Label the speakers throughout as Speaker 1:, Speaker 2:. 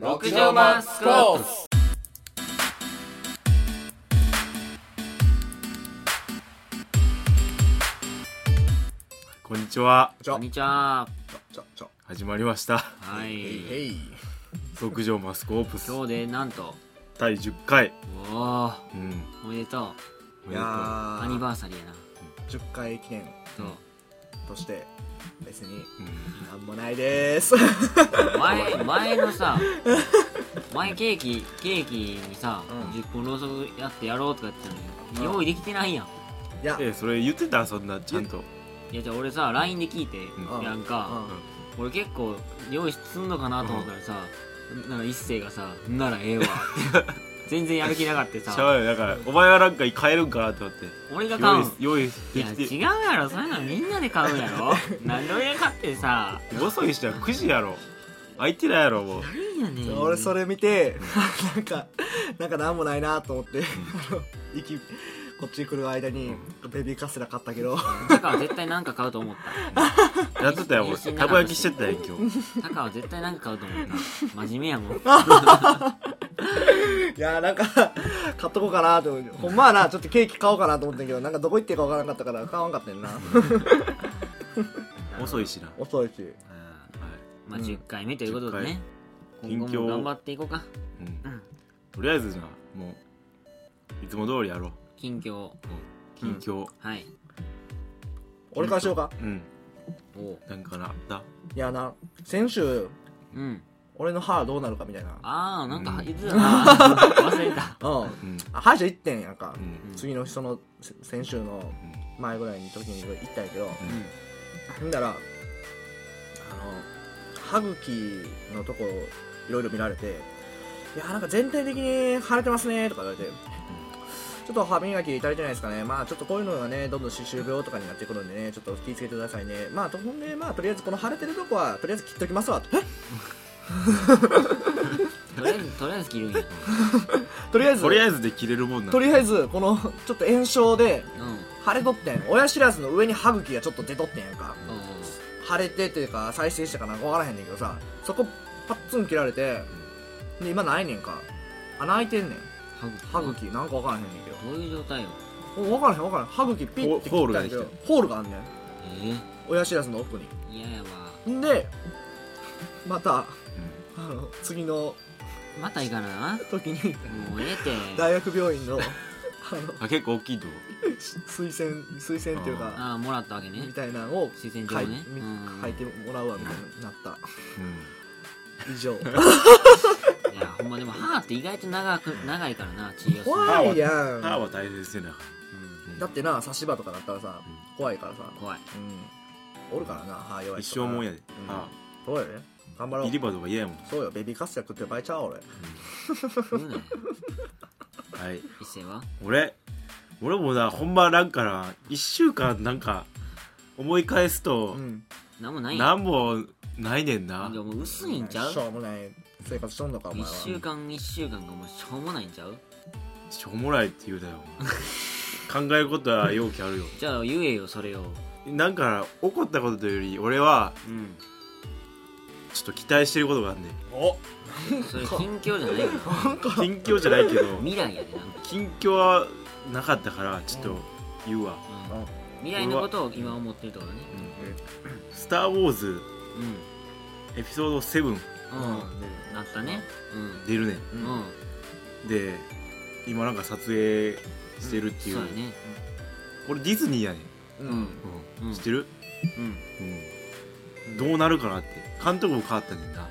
Speaker 1: 極上マンスコース
Speaker 2: こんにちは
Speaker 3: ち
Speaker 1: こ
Speaker 3: ょ
Speaker 1: んにちは
Speaker 3: ちょちょ
Speaker 2: 始まりました
Speaker 1: は
Speaker 3: えい
Speaker 1: い
Speaker 3: えい
Speaker 2: 極上マスコープス
Speaker 1: 今日でなんと
Speaker 2: 第10回
Speaker 1: おお
Speaker 2: うん
Speaker 1: お
Speaker 2: おめ
Speaker 1: めでとう
Speaker 3: い
Speaker 2: でとう
Speaker 3: や
Speaker 1: アニバーサリーやな
Speaker 3: 10回記念
Speaker 1: そう
Speaker 3: として別に
Speaker 2: うん
Speaker 3: なんもないです うん
Speaker 1: 前前のさ前ケーキケーキにさ、
Speaker 3: うん
Speaker 1: 10本ろうそくやってやろうとか言ってたのに、
Speaker 3: うん
Speaker 1: 用意できてないやん
Speaker 3: いや
Speaker 2: えそれ言ってたそんなちゃんと
Speaker 1: いやじゃあ俺さ LINE で聞いて、
Speaker 2: うん
Speaker 1: なんか、俺結構用意すんのかなと思ったらさ、なんか一星がさ「んならええわ」全然やる気なかって
Speaker 2: ちゃ
Speaker 1: さ
Speaker 2: うよだからお前はなんか変えるんかなと思って
Speaker 1: 俺が買うん
Speaker 2: 用意
Speaker 1: い
Speaker 2: 用
Speaker 1: や
Speaker 2: 意で
Speaker 1: 違
Speaker 2: き
Speaker 1: うやろそういうのみんなで買うんや ろなんで俺が買ってさ
Speaker 2: て遅いしたら9時やろ空いてないやろもう
Speaker 1: 何やねん
Speaker 3: 俺そ
Speaker 1: れ
Speaker 3: れ見て なんかなんかなんもないなと思ってあの息こっちに来る間にベビーカステラ買ったけど
Speaker 1: タカは絶対何か買うと思 った
Speaker 2: やってたよ俺たこ焼きしてたよ今日
Speaker 1: タカは絶対何か買うと思った真面目やも ん
Speaker 3: いやなんか買っとこうかなと思ってほんまはなちょっとケーキ買おうかなと思ったけどなんかどこ行っていいかわからなかったから買わんかったよ な
Speaker 2: 遅いしな
Speaker 3: 遅いし
Speaker 1: うん
Speaker 2: は
Speaker 1: まあ
Speaker 3: うん
Speaker 1: 10回目ということでね
Speaker 2: 10回
Speaker 1: 今後
Speaker 2: 近況
Speaker 1: も頑張っていこうか
Speaker 2: いうん
Speaker 1: うん
Speaker 2: とりあえずじゃあもういつも通りやろう
Speaker 1: 近況
Speaker 2: 近況
Speaker 1: はい
Speaker 3: 俺からしようか
Speaker 2: うん
Speaker 1: おう
Speaker 2: なんかなあった
Speaker 3: いやな先週
Speaker 1: うん
Speaker 3: 俺の歯どうなるかみたいな
Speaker 1: ああなんか
Speaker 2: うん
Speaker 1: 言ってたな忘れた
Speaker 3: うん
Speaker 2: うん
Speaker 3: あ歯医者行ってんやんか、
Speaker 2: うん
Speaker 3: 次の日そのせ先週の前ぐらいの時に行ったんやけど、
Speaker 2: うん
Speaker 3: ほんだらあの歯茎のとこいろいろ見られて「いやなんか全体的に腫れてますね」とか言われて、ちょっと歯磨き足りてないですかねまあちょっとこういうのがねどんどん歯周病とかになってくるんでねちょっと気をつけてくださいねまあとほんでまあとりあえずこの腫れてるとこはとりあえず切っときますわとえ
Speaker 1: とりあえずとりあえず切るんや
Speaker 3: とりあえず
Speaker 2: とりあえずで切れるもんな
Speaker 3: とりあえずこのちょっと炎症で
Speaker 1: うん
Speaker 3: 腫れとってん親知らずの上に歯茎がちょっと出とってんやんか
Speaker 1: おう
Speaker 3: 腫れてっていうか再生したかなんか分からへんねんけどさそこパッツン切られてで今ないねんか穴開いてんねん
Speaker 1: 歯
Speaker 3: 歯
Speaker 1: 茎
Speaker 3: 茎なんか分からへんねんけ
Speaker 1: どういう状態よ
Speaker 3: ど分からへん分からへん歯茎ピッて
Speaker 2: ホー
Speaker 3: 切っ
Speaker 2: ル
Speaker 3: た
Speaker 2: が
Speaker 3: ん
Speaker 2: で
Speaker 3: や
Speaker 2: きて
Speaker 3: けど
Speaker 2: る
Speaker 3: ホールがあんねん
Speaker 1: え
Speaker 3: 親知らずの奥
Speaker 1: え嫌やわ
Speaker 3: にんでまたあの次の
Speaker 1: また行かなも
Speaker 3: 時に
Speaker 1: うええて
Speaker 3: 大学病院 のあの
Speaker 2: あ結構大きいとこ
Speaker 3: 推薦推薦っていうか
Speaker 1: ああもらったわけね
Speaker 3: みたいなのを
Speaker 1: 推薦
Speaker 3: 書い
Speaker 1: 状ね
Speaker 3: み
Speaker 1: うん
Speaker 3: 書いてもらうわみたいになった 以上
Speaker 1: いやほんまでも歯って意外と長く長いからな治療するの
Speaker 3: 怖いや
Speaker 2: うん
Speaker 3: ん
Speaker 2: 歯は大切ですよね
Speaker 1: うん
Speaker 3: だってな差し歯とかだったらさ
Speaker 2: う
Speaker 3: 怖いからさ
Speaker 1: 怖い
Speaker 3: うんおるからな歯弱い
Speaker 2: 一生もんやで
Speaker 3: うん
Speaker 2: 歯
Speaker 3: そうやね頑張ろう
Speaker 2: ビリバとか嫌やもん
Speaker 3: そうよベビーカステラ食ってる場合ちゃうわ俺
Speaker 1: 言うなよ
Speaker 2: はい
Speaker 1: 一星は
Speaker 2: 俺俺もなほんまなんかな1週間なんか思い返すと
Speaker 3: ん
Speaker 1: 何もないんや
Speaker 2: なんもないねんな
Speaker 1: でももう薄いんちゃう
Speaker 3: しょうもない生活しとんのかお前
Speaker 1: 一
Speaker 3: は
Speaker 1: 週間一週間がもうしょうもないんちゃう
Speaker 2: しょうもないって言うなよ 考えることは容器あるよ
Speaker 1: じゃあ言えよそれを
Speaker 2: なんか怒ったことというより俺は
Speaker 1: うん
Speaker 2: ちょっと期待してることがあんねん
Speaker 3: お
Speaker 1: それ近況じゃないよ
Speaker 3: なんか
Speaker 2: 近況じゃないけど
Speaker 1: 未来やでなんか
Speaker 2: 近況はなかったからちょっと言うわ、
Speaker 1: うん未来のことを今思ってるってことね
Speaker 2: スター・ウォーズ
Speaker 1: う
Speaker 2: エピソード7
Speaker 1: んうん
Speaker 3: う
Speaker 1: なったねうん
Speaker 2: 出るね
Speaker 1: うんん
Speaker 2: んで今なんか撮影してるっていう,、
Speaker 1: そうやね
Speaker 2: これディズニーやねん、
Speaker 3: うん
Speaker 1: うんうん
Speaker 2: 知ってる、
Speaker 1: うん
Speaker 2: うんどうなるかなって監督も変わったねんな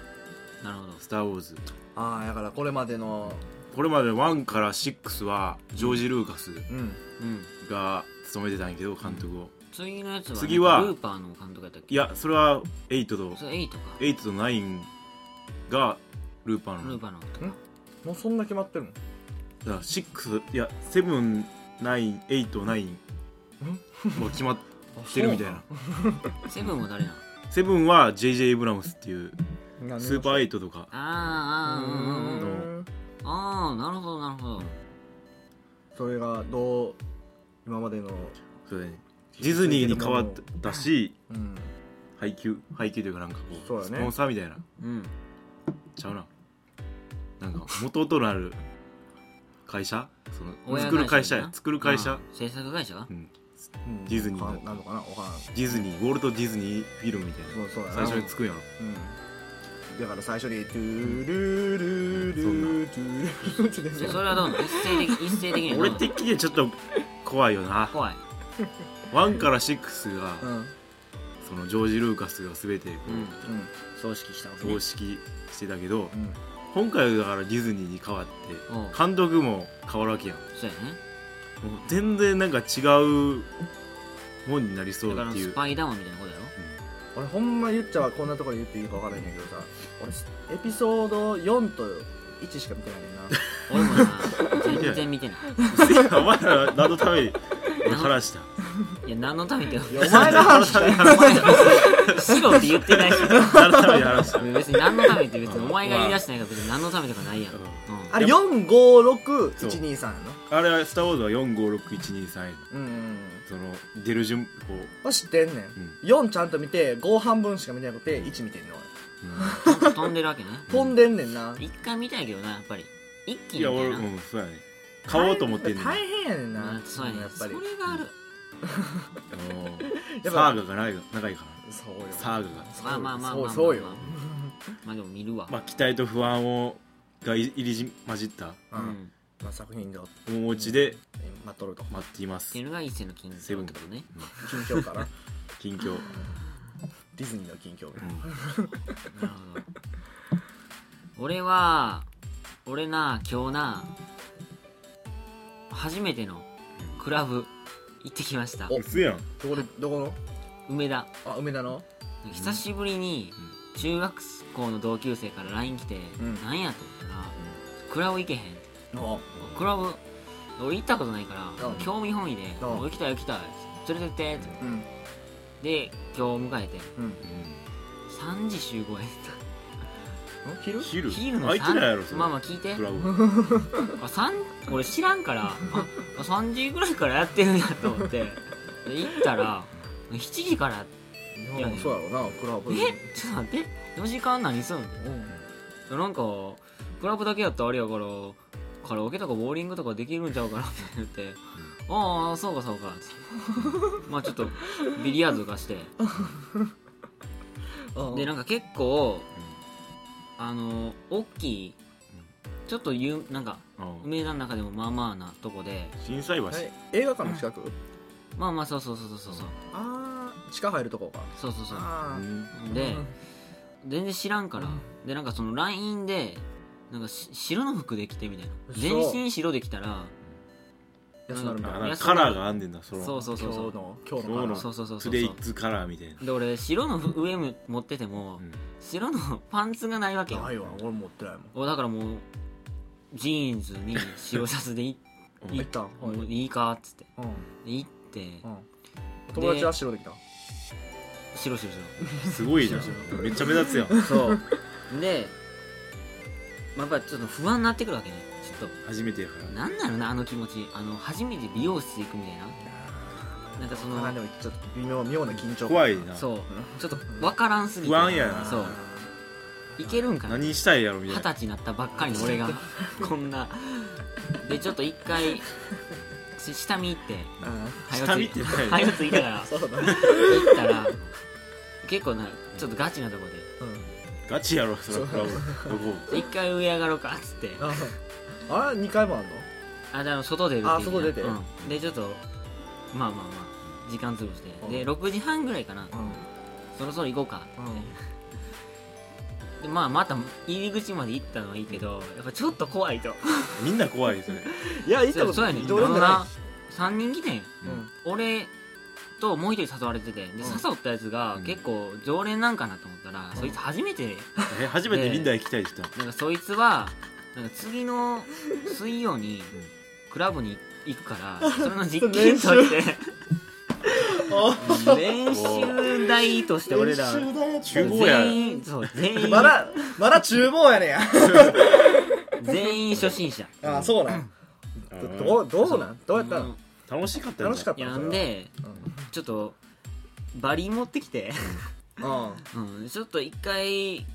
Speaker 1: なるほど
Speaker 2: 「スター・ウォーズ
Speaker 3: ああだからこれまでの」
Speaker 2: これまで1から6はジョージ・ルーカス
Speaker 3: うん
Speaker 1: うん
Speaker 2: が務めてたんやけど監督を
Speaker 1: 次のやつは
Speaker 2: 次は
Speaker 1: ルーパーの監督やったっけ
Speaker 2: いやそれは8と
Speaker 1: それエイトか
Speaker 2: 8と9がルーパーの
Speaker 1: ルーパーの監督
Speaker 3: もうそんな決まってるの
Speaker 2: だから6いや7 9 8 9もう決まってるみたいな
Speaker 1: セブンは誰なの
Speaker 2: セブンは JJ エイブラムスっていう
Speaker 3: な
Speaker 2: スーパーエイトとか
Speaker 1: あーあーうんうんうん
Speaker 3: うん
Speaker 1: ああなるほどなるほど
Speaker 3: それがどう今までの
Speaker 2: そうだねディズニーに変わったし
Speaker 3: うん
Speaker 2: 配給配給というかなんかこ
Speaker 3: そう
Speaker 2: う
Speaker 3: だ
Speaker 2: ス
Speaker 3: ね
Speaker 2: ポンサーみたいな
Speaker 1: うん
Speaker 2: ちゃうななんか元となる会社その
Speaker 1: 親会社
Speaker 2: 作る会社や
Speaker 1: な
Speaker 2: 作る会社
Speaker 1: うん制作会社か
Speaker 2: うん
Speaker 3: うん
Speaker 2: ディズニー
Speaker 3: わからんなのかなわからん
Speaker 2: ディズニーウォルト・ディズニーフィルムみたいな
Speaker 3: そうそうやな
Speaker 2: 最初に作るやろ
Speaker 3: うんだから最初に「トゥルルルルトゥルル」って出て
Speaker 1: そ
Speaker 3: く
Speaker 1: れ
Speaker 3: る
Speaker 1: はどうなの一 斉的一斉的にはどう
Speaker 2: 俺
Speaker 1: なの
Speaker 2: 的にはちょっと怖いよな
Speaker 1: 怖い
Speaker 2: 1から6が
Speaker 3: うんうん
Speaker 2: そのジョージ・ルーカスが全てこ
Speaker 1: うん
Speaker 2: う
Speaker 1: 葬式したわけね
Speaker 2: 公式してたけど
Speaker 3: うん
Speaker 2: 今回はだからディズニーに変わって
Speaker 1: うん
Speaker 2: 監督も変わるわけやん
Speaker 1: そうやね
Speaker 2: もう全然なんか違うもんになりそう
Speaker 1: だか
Speaker 2: っ
Speaker 1: ら
Speaker 2: てい
Speaker 1: ス
Speaker 2: う
Speaker 1: パイダーマンみたいなことやろ
Speaker 3: 俺ほんま言っちゃはこんなところで言っていいか分からへんねんけどさ俺エピソード4と1しか見てないねんな
Speaker 1: 俺もな全然見てない
Speaker 2: お前ら何のために俺話 した
Speaker 1: いや何のためって
Speaker 3: いやお前が話したい
Speaker 2: 何のために
Speaker 1: 白って言っ てないし
Speaker 2: 何のために話した
Speaker 1: 別に何のためって別にお前が言い出してないから別に何のためとかないやん、うん
Speaker 2: うん、
Speaker 3: あれ456123やな
Speaker 2: あれは「スター・ウォーズ」は456123や
Speaker 3: うんうんうん
Speaker 2: その出る順こう、
Speaker 3: まあ知ってんねん
Speaker 2: ん
Speaker 3: 4ちゃんと見て5半分しか見てなくて1見てんの
Speaker 2: う
Speaker 1: 飛んでるわけね
Speaker 3: 俺飛んでんねんな
Speaker 1: 一回見たいけどなやっぱり一
Speaker 2: ん、
Speaker 1: 気に
Speaker 2: いや
Speaker 1: みた
Speaker 2: 俺
Speaker 1: いな
Speaker 2: うんそうやね買おうと思ってんねん
Speaker 3: 大変やねんな
Speaker 1: うんそうやね
Speaker 3: やっぱり
Speaker 1: それがある
Speaker 2: うん
Speaker 3: や
Speaker 2: サ
Speaker 3: っぱ
Speaker 2: ーガがないが長いから
Speaker 3: そうよ
Speaker 2: サーガが
Speaker 1: まあまあまあまあまあ
Speaker 3: そうそうよ
Speaker 1: まあでも見るわ、
Speaker 2: まあ期待と不安をが入り混じった
Speaker 3: う
Speaker 1: うんん
Speaker 3: まあ作品で
Speaker 2: 面持ちで
Speaker 3: 待っとると
Speaker 2: 待っていま
Speaker 1: っ
Speaker 2: す
Speaker 1: ていうのが一世の金
Speaker 2: セブ
Speaker 1: 賞っ
Speaker 2: ン
Speaker 1: てことね
Speaker 3: 近況かな
Speaker 2: 近 況、
Speaker 3: ディズニーの近況
Speaker 2: うん
Speaker 1: なるほど俺は俺な今日な初めてのクラブ行ってきました
Speaker 3: お
Speaker 2: 嘘やん
Speaker 3: どこでどこの
Speaker 1: 梅田
Speaker 3: あ梅田の
Speaker 1: 久しぶりに中学校の同級生から LINE 来て、
Speaker 3: ん
Speaker 1: なんやと思ったら、クラブ行けへんって
Speaker 3: あ
Speaker 1: クラブ俺行ったことないか
Speaker 3: う
Speaker 1: ら
Speaker 3: ん
Speaker 1: 興味本位で「
Speaker 3: うん
Speaker 1: お行きたい行きたい」連れてってって
Speaker 3: うん
Speaker 1: で今日迎えて
Speaker 3: うん
Speaker 1: 3時集合やっ
Speaker 3: 昼
Speaker 2: 昼
Speaker 1: た昼の
Speaker 2: 空いてないやろそれ
Speaker 1: まあまあ聞いて
Speaker 2: クラブ
Speaker 1: あ三俺知らんから あ3時ぐらいからやってるんやと思ってで行ったら7時から
Speaker 3: いやそうやろなクラブ
Speaker 1: えちょっと待って4時間何すんのなんかクラブだけやったらあれやからカラオケとかボーリングとかできるんちゃうかなって言って「ああそうかそうか」 つってまあちょっとビリヤードとかしてでなんか結構あの大きいちょっとゆなんか
Speaker 2: うんうん
Speaker 1: 梅田の中でもまあまあなとこで
Speaker 2: 心斎橋
Speaker 3: 映画館の近く
Speaker 1: まあまあそうそうそうそうそうそう
Speaker 3: ああ地下入るとこか
Speaker 1: そうそうそう
Speaker 3: あ
Speaker 2: うん
Speaker 1: で全然知らんからでなんかその LINE でなんかし白の服で着てみたいな
Speaker 3: 嘘
Speaker 1: 全身白で着たら
Speaker 3: あ安なるん
Speaker 2: だか
Speaker 3: だ
Speaker 1: い
Speaker 2: ら
Speaker 1: や
Speaker 2: カラーがあんねんなその
Speaker 1: そうそうそうそう
Speaker 3: 今日の今日の
Speaker 1: そうそうそう
Speaker 2: ト
Speaker 1: そう
Speaker 2: ゥデイズカラーみたいな
Speaker 1: で俺白の服上も持ってても、
Speaker 2: うん
Speaker 1: 白のパンツがないわけよ
Speaker 3: ないわ俺持ってないもん
Speaker 1: おだからもうジーンズに白シャツでい
Speaker 2: うん
Speaker 1: い
Speaker 3: 行った
Speaker 1: もういいかっつって
Speaker 3: うん
Speaker 1: で行って
Speaker 3: 友達は白できた
Speaker 1: 白白
Speaker 2: すごいじゃんめっちゃ目立つやん
Speaker 1: 白そうで、まあ、やっぱちょっと不安になってくるわけねちょっ
Speaker 2: 初めてやか
Speaker 1: となんなのなあの気持ちあの初めて美容室行くみたいななんかその
Speaker 3: あでもちょっと微妙妙な緊張
Speaker 2: ら
Speaker 3: 感
Speaker 2: 怖いな
Speaker 1: そうちょっと分からんすぎて
Speaker 2: 不安やな
Speaker 1: そういけるんかな
Speaker 2: 何したいやろみ
Speaker 1: 二
Speaker 2: たいな
Speaker 1: 十歳になったばっかりの俺が こんなでちょっと一回し下見行って
Speaker 3: う
Speaker 2: 下見ってない
Speaker 1: 早ついたから
Speaker 3: んそうだね
Speaker 1: 行ったら結構なちょっとガチなとこ
Speaker 2: ガチやろそれはクラブどこ
Speaker 1: でで一回上上がろうかっつって
Speaker 3: あれ2回もあんの
Speaker 1: あじゃあ外出るって
Speaker 3: あ外出て
Speaker 1: うんでちょっとまあまあまあ時間潰してで6時半ぐらいかなそろそろ行こうかでまあまた入り口まで行ったのはいいけどやっぱちょっと怖いと
Speaker 2: みんな怖いそれ
Speaker 3: いや行ったこ
Speaker 1: そう
Speaker 3: と
Speaker 1: やねん
Speaker 3: 移動なんじゃな
Speaker 1: 3人来てん
Speaker 3: いうん
Speaker 1: 俺ともう一人誘われててで
Speaker 3: ん
Speaker 1: 誘ったやつが
Speaker 2: うん
Speaker 1: 結構常連なんかなと思ったら、
Speaker 3: ん
Speaker 1: そいつ初めて
Speaker 2: え初めてみんな行きたい人
Speaker 1: なんかそいつはなんか次の水曜にクラブに行く からそれの実験として練習台として俺ら
Speaker 2: 中豪や
Speaker 1: 全員そう全 員
Speaker 3: まだまだ厨房やねや
Speaker 1: 全員初心者
Speaker 3: あそうなん
Speaker 2: うん
Speaker 3: どうどうなんどうやった
Speaker 1: う
Speaker 3: の
Speaker 1: ん
Speaker 2: 楽しかった
Speaker 3: 楽しかっ
Speaker 1: い
Speaker 3: た
Speaker 1: や
Speaker 3: の
Speaker 1: んでちょっとバリ持ってきて
Speaker 3: うん
Speaker 1: うん、ちょっと一回い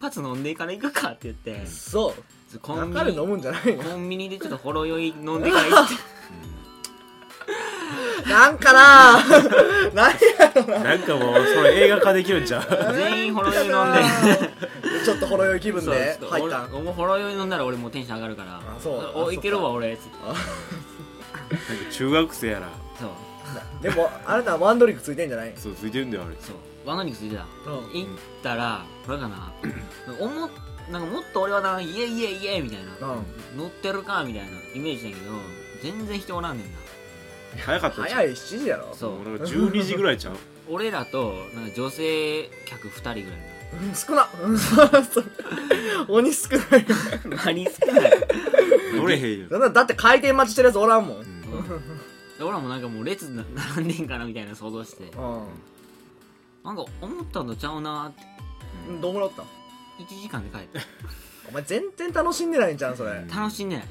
Speaker 1: 発飲んでから行くかって言って
Speaker 3: そ
Speaker 1: コ
Speaker 3: う
Speaker 1: ンビ
Speaker 3: 中で
Speaker 1: ニ
Speaker 3: 飲むんじゃないよ
Speaker 1: コンビニでちょっとほろ酔い飲んでから行って
Speaker 3: なんかな何やろな
Speaker 2: なんかもうそれ映画化できるんちゃう
Speaker 1: 全員ほろ酔い飲んで
Speaker 3: でちょっとほろ酔い気分
Speaker 1: そう
Speaker 3: で
Speaker 1: ちょっと
Speaker 3: 入ったん
Speaker 1: 俺もうほろ酔い飲んだら俺もうテンション上がるから
Speaker 3: あそうあそ
Speaker 1: お
Speaker 3: っか
Speaker 1: いけるわ俺つって
Speaker 2: 中学生やら
Speaker 1: そう
Speaker 3: でもあなたはワンドリンクついてんじゃない
Speaker 2: そうついてるんだよあれ
Speaker 1: そうワンドリンクついてた
Speaker 3: うん
Speaker 1: 行ったらこれか な思っなんかもっと俺はなイエイイエイイエイみたいな乗ってるかみたいなイメージだけど全然人おらんねんな
Speaker 2: 早かったじゃ
Speaker 3: 早
Speaker 2: ん
Speaker 3: い7時やろ
Speaker 1: そう
Speaker 2: もうなんか12時ぐらいちゃう
Speaker 1: 俺らとなんか女性客2人ぐらい
Speaker 3: うん少なうんそうそう鬼少ない
Speaker 1: の 何少ない
Speaker 2: 乗れへんよ
Speaker 3: だってだって回転待ちしてるやつおらんもん、うん
Speaker 1: で俺らもなんかもう列な並んでんかなみたいな想像してなんか思ったのちゃうなって
Speaker 3: うん、どんぐらいおったん
Speaker 1: 1時間で帰っ
Speaker 3: お前全然楽しんでないんじゃんそれ
Speaker 1: た楽しんでない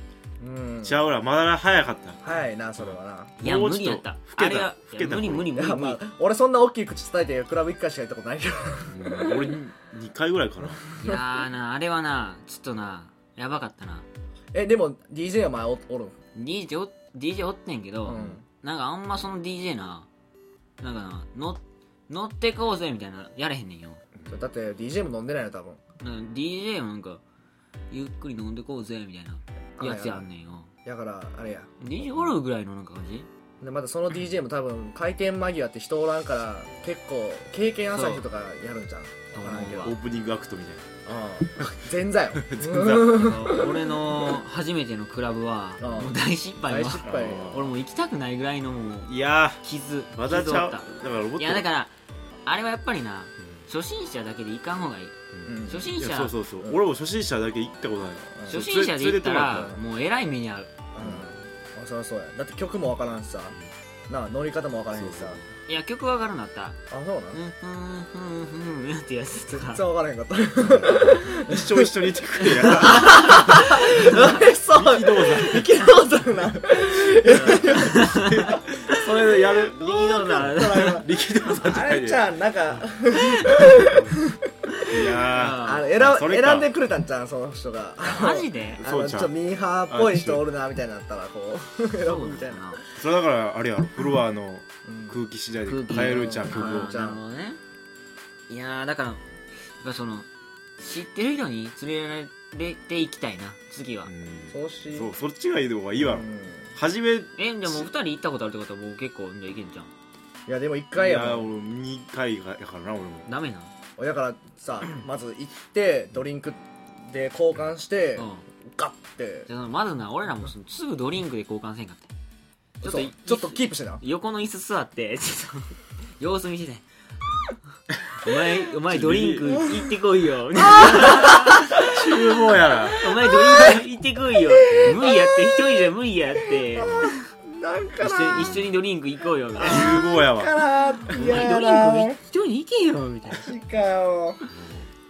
Speaker 3: うん
Speaker 2: ちゃうらまだ早かった
Speaker 3: 早いなそれはない
Speaker 1: や
Speaker 2: もう
Speaker 1: 無
Speaker 2: ちょっと
Speaker 1: 理やった
Speaker 2: 老けた
Speaker 1: あれは
Speaker 2: 老
Speaker 1: い
Speaker 2: け
Speaker 1: や
Speaker 2: た
Speaker 1: 無理無理無
Speaker 3: い
Speaker 1: 理
Speaker 3: や
Speaker 1: 無
Speaker 3: ま
Speaker 1: 理
Speaker 3: あ俺そんな大きい口叩いてクラブ1回しか行ったことないけど
Speaker 2: うん俺2回ぐらいかない
Speaker 1: やーなあれはなちょっとなやばかったな
Speaker 3: えでも DJ は前おおるん
Speaker 1: DJ お DJ おってんけど、
Speaker 3: うん
Speaker 1: なんかあんまその DJ ななんかなの乗ってこうぜみたいなやれへんねんよ
Speaker 3: だって DJ も飲んでないの多分
Speaker 1: なんか DJ もなんかゆっくり飲んでこうぜみたいなやつやんねんよ
Speaker 3: だからあれや
Speaker 1: DJ おるぐらいのなんか感じ
Speaker 3: でまたその DJ も多分回転間際って人おらんから結構経験浅い人とかやるんじゃん
Speaker 1: そう
Speaker 3: わからんけど
Speaker 2: オ
Speaker 1: と思
Speaker 2: ープニングアクトみたい
Speaker 3: うん前座よ
Speaker 2: な 全然
Speaker 1: 俺の初めてのクラブは
Speaker 3: うん
Speaker 1: もう大失敗
Speaker 3: 大
Speaker 1: は
Speaker 3: 失敗よ
Speaker 2: あ
Speaker 1: 俺もう行きたくないぐらいのも う
Speaker 2: いや
Speaker 1: 傷
Speaker 2: ーまだち
Speaker 1: 傷
Speaker 2: ゃ
Speaker 1: あ
Speaker 2: う
Speaker 1: っ
Speaker 2: だ
Speaker 1: た
Speaker 2: からもっと
Speaker 1: いやだかららあれはやっぱりな初心者だけで行かん方がいい
Speaker 3: うん
Speaker 1: 初心者
Speaker 2: そうそうそう
Speaker 3: うん
Speaker 2: 俺も初心者だけ行ったことない
Speaker 3: うん
Speaker 1: 初心者で行ったらもうえらい目に遭う
Speaker 3: うんあそりゃそうやだって曲もわからんしさなあ乗り方もわからへんしさ
Speaker 2: そう
Speaker 1: いや曲わからんなった
Speaker 3: あそうなの
Speaker 1: うんうんうんうんうんってやつとか
Speaker 3: 全然わからへんかった
Speaker 2: 一生一緒にいてく れや
Speaker 3: えそう
Speaker 2: どうぞ
Speaker 3: いけどうするな
Speaker 2: それでやる
Speaker 1: 右のな
Speaker 2: 力道山じゃ
Speaker 3: あ
Speaker 2: ない
Speaker 3: れ
Speaker 2: で
Speaker 3: ちゃんなんか
Speaker 2: いや
Speaker 3: あの
Speaker 2: そ
Speaker 3: 選
Speaker 2: れか
Speaker 3: 選んでくれたんちゃんその人が
Speaker 1: マジで
Speaker 3: あ
Speaker 2: そ
Speaker 3: の
Speaker 2: うち
Speaker 3: ち
Speaker 2: ゃ
Speaker 3: ょ
Speaker 2: う
Speaker 3: っとミーハーっぽい人おるなみたいになったらこう選ぶ みたいな
Speaker 2: ーそれだからあれやろフロアの
Speaker 3: うん
Speaker 2: 空気次第で
Speaker 1: 空気
Speaker 2: 変えるじゃん
Speaker 3: あ
Speaker 2: 曲
Speaker 1: そう
Speaker 2: を
Speaker 1: なん
Speaker 3: ー
Speaker 1: だなあーなるほどねいやーだからやっぱその知ってる人に連れられていきたいな次は
Speaker 2: うん
Speaker 3: そうし
Speaker 2: そうそっちがいい方がいいわろ
Speaker 3: うん
Speaker 2: 初めい
Speaker 1: えでも2人行ったことあるってことはもう結構じゃあいけんじゃん
Speaker 3: いやでも一回や
Speaker 2: や
Speaker 3: もん
Speaker 2: 俺2回がやからな俺も
Speaker 1: ダメな
Speaker 3: だからさまず行ってドリンクで交換して
Speaker 1: うん
Speaker 3: ガッて
Speaker 1: じゃあまずな俺らもそのすぐドリンクで交換せんかってちょっと
Speaker 3: そう
Speaker 1: い
Speaker 3: ちょっとキープしてな
Speaker 1: 横の椅子座って ちょっと様子見しててお前お前ドリンク行ってこいよ
Speaker 2: 厨房やら
Speaker 1: お前ドリンク行ってこいよ無理やって一人じゃ無理やって
Speaker 3: なんか
Speaker 1: 一
Speaker 3: な
Speaker 1: 緒に一緒にドリンク行こうよみたいな
Speaker 2: 厨房やわ
Speaker 3: なんか
Speaker 1: お
Speaker 3: な
Speaker 1: 前ド
Speaker 3: 嫌
Speaker 1: リン
Speaker 3: だ
Speaker 1: ク一人に行けよみたいな
Speaker 3: マジかよ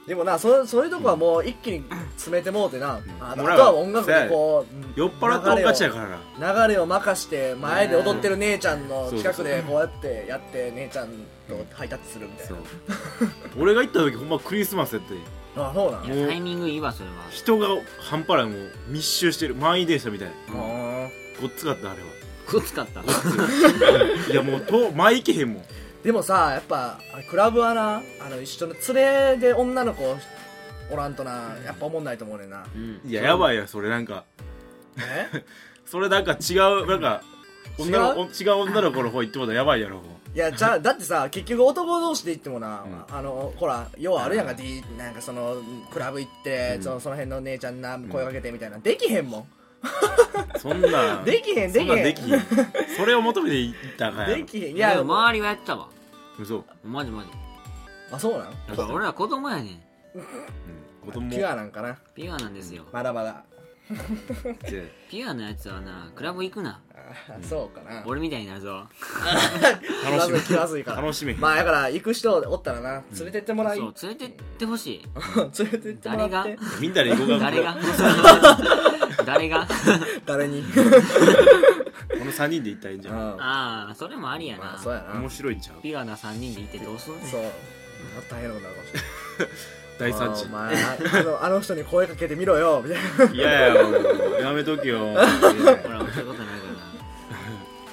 Speaker 3: でもなそそういうとこはもう一気に詰めてもうてなああと
Speaker 2: もうなんか
Speaker 3: はもう音楽でこう
Speaker 2: 酔っ払っておかちやからな
Speaker 3: 流れを任して前で踊ってる姉ちゃんの
Speaker 2: そう
Speaker 3: 近くでこうやってやって姉ちゃんとハイタッチするみたい
Speaker 2: そ
Speaker 3: な
Speaker 2: う 俺が行った時ほんまクリスマスやって
Speaker 3: あそうなん
Speaker 1: いやタイミングいいわそれは
Speaker 2: 人が半端ないもう密集してる満員電車みたいな
Speaker 3: あ
Speaker 2: ごっつかったあれは
Speaker 1: こつかった
Speaker 2: いやもうと前行けへんもん
Speaker 3: ーでもさやっぱあれクラブはなあの一緒の連れで女の子おらんとなやっぱおもんないと思うねんな
Speaker 1: うん
Speaker 2: いややばいやそれなんか
Speaker 3: え
Speaker 2: それなんか違うなんか女の違う女の子の方行ってもらったらやばいやろも
Speaker 3: いやじゃあだってさ結局男同士で行ってもな、
Speaker 2: う
Speaker 3: あのほらようあるやんか、D、なんかそのクラブ行って、そのその辺の姉ちゃんな声かけてみたいな、できへんもん
Speaker 2: うそんなん
Speaker 3: できへん
Speaker 2: そんなん
Speaker 3: で
Speaker 2: で
Speaker 3: き
Speaker 2: き
Speaker 3: へ
Speaker 2: へんそれを求めて行ったから
Speaker 3: できへんい
Speaker 1: いや
Speaker 3: や
Speaker 1: でも周りはやってたわ
Speaker 2: 嘘
Speaker 1: マジマジ
Speaker 3: あそうなん
Speaker 1: やっぱ俺ら子供やねん
Speaker 2: 子供
Speaker 3: ピュアなんかな
Speaker 1: ピュアなんですよ
Speaker 3: まだまだ
Speaker 2: って
Speaker 1: ピュアなやつはなクラブ行くな
Speaker 3: あーそうかな
Speaker 1: 俺みたいになるぞ
Speaker 3: 気まず
Speaker 2: 楽
Speaker 3: い
Speaker 2: し
Speaker 3: 気まずい
Speaker 2: み
Speaker 3: から
Speaker 2: 楽しみ
Speaker 3: まあだから行く人おったらな連れてってもらい、
Speaker 1: そう連れてってほしい
Speaker 3: 連れてってもらっ
Speaker 1: 誰
Speaker 3: て
Speaker 1: が
Speaker 2: みんなで行こ うか
Speaker 1: 誰が誰が
Speaker 3: 誰に
Speaker 2: この3人で行ったらいいんじゃん
Speaker 3: あ
Speaker 1: ああそれもありや
Speaker 3: まあ
Speaker 1: な
Speaker 3: そうやな
Speaker 2: 面白いんちゃう
Speaker 1: ピュアな3人で行ってどうすんねん
Speaker 3: そうまた大変なことになるかもしれない
Speaker 2: 大惨事
Speaker 3: お前あのあの人に声かけてみろよみたいな
Speaker 2: いやいやもうやめとけよ
Speaker 1: ほら、見たことないからな。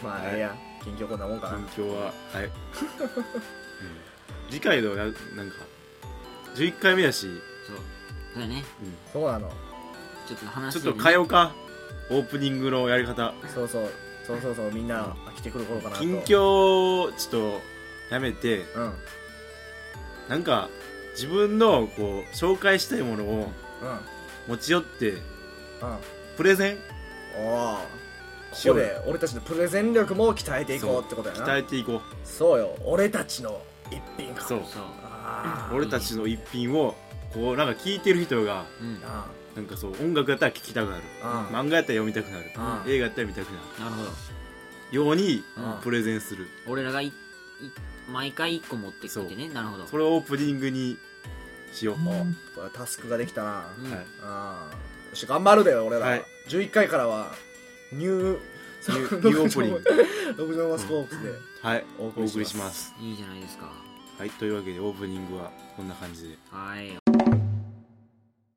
Speaker 3: まあ、
Speaker 2: はい
Speaker 3: い、や近況こんなもんかな
Speaker 2: 環境ははいうん次回のやなんか11回目やし、
Speaker 1: そう。そうやね。
Speaker 2: う
Speaker 3: そうなの
Speaker 1: ちょっと
Speaker 2: ん
Speaker 1: 話
Speaker 2: ちょ
Speaker 1: し、
Speaker 2: って
Speaker 1: ね。
Speaker 2: と変えようかオープニングのやり方
Speaker 3: そうそうそうそうそうみんな来てくる頃かなと
Speaker 2: 近況をちょっとやめて
Speaker 3: うんうん
Speaker 2: なんか自分のこう紹介したいものを持ち寄ってプレゼン
Speaker 3: うんおお
Speaker 2: しよ
Speaker 3: ここ
Speaker 2: うよ
Speaker 3: で俺たちのプレゼン力も鍛えていこうってことやな
Speaker 2: 鍛えていこ
Speaker 3: そうよ俺たちの一品
Speaker 2: う
Speaker 3: か
Speaker 2: そう
Speaker 1: そう。
Speaker 3: ああ
Speaker 2: 俺たちの一品をこうなんか聞いてる人が
Speaker 1: うん。な
Speaker 3: あ
Speaker 2: なんかそう音楽やったら聴きたくなる
Speaker 3: あ
Speaker 2: 漫画やったら読みたくなる
Speaker 1: あ
Speaker 2: 映画やったら見たくな
Speaker 1: るほ
Speaker 2: る
Speaker 1: ど。
Speaker 2: ように
Speaker 3: うん
Speaker 2: プレゼンする
Speaker 1: 俺らがいい毎回一個持ってきてね。なるほど。
Speaker 2: それをオープニングにしよう、
Speaker 3: おこれタスクができたな
Speaker 1: うん
Speaker 2: はい
Speaker 3: ああよし頑張るでよ俺ら、
Speaker 2: はい
Speaker 3: 11回からはニュー
Speaker 2: ニューニューオープニング
Speaker 3: 六条マスコープで
Speaker 2: はい
Speaker 3: お
Speaker 2: お
Speaker 3: 送りします
Speaker 2: 送りします
Speaker 1: いいじゃないですか。
Speaker 2: はいというわけでオープニングはこんな感じで
Speaker 1: はい。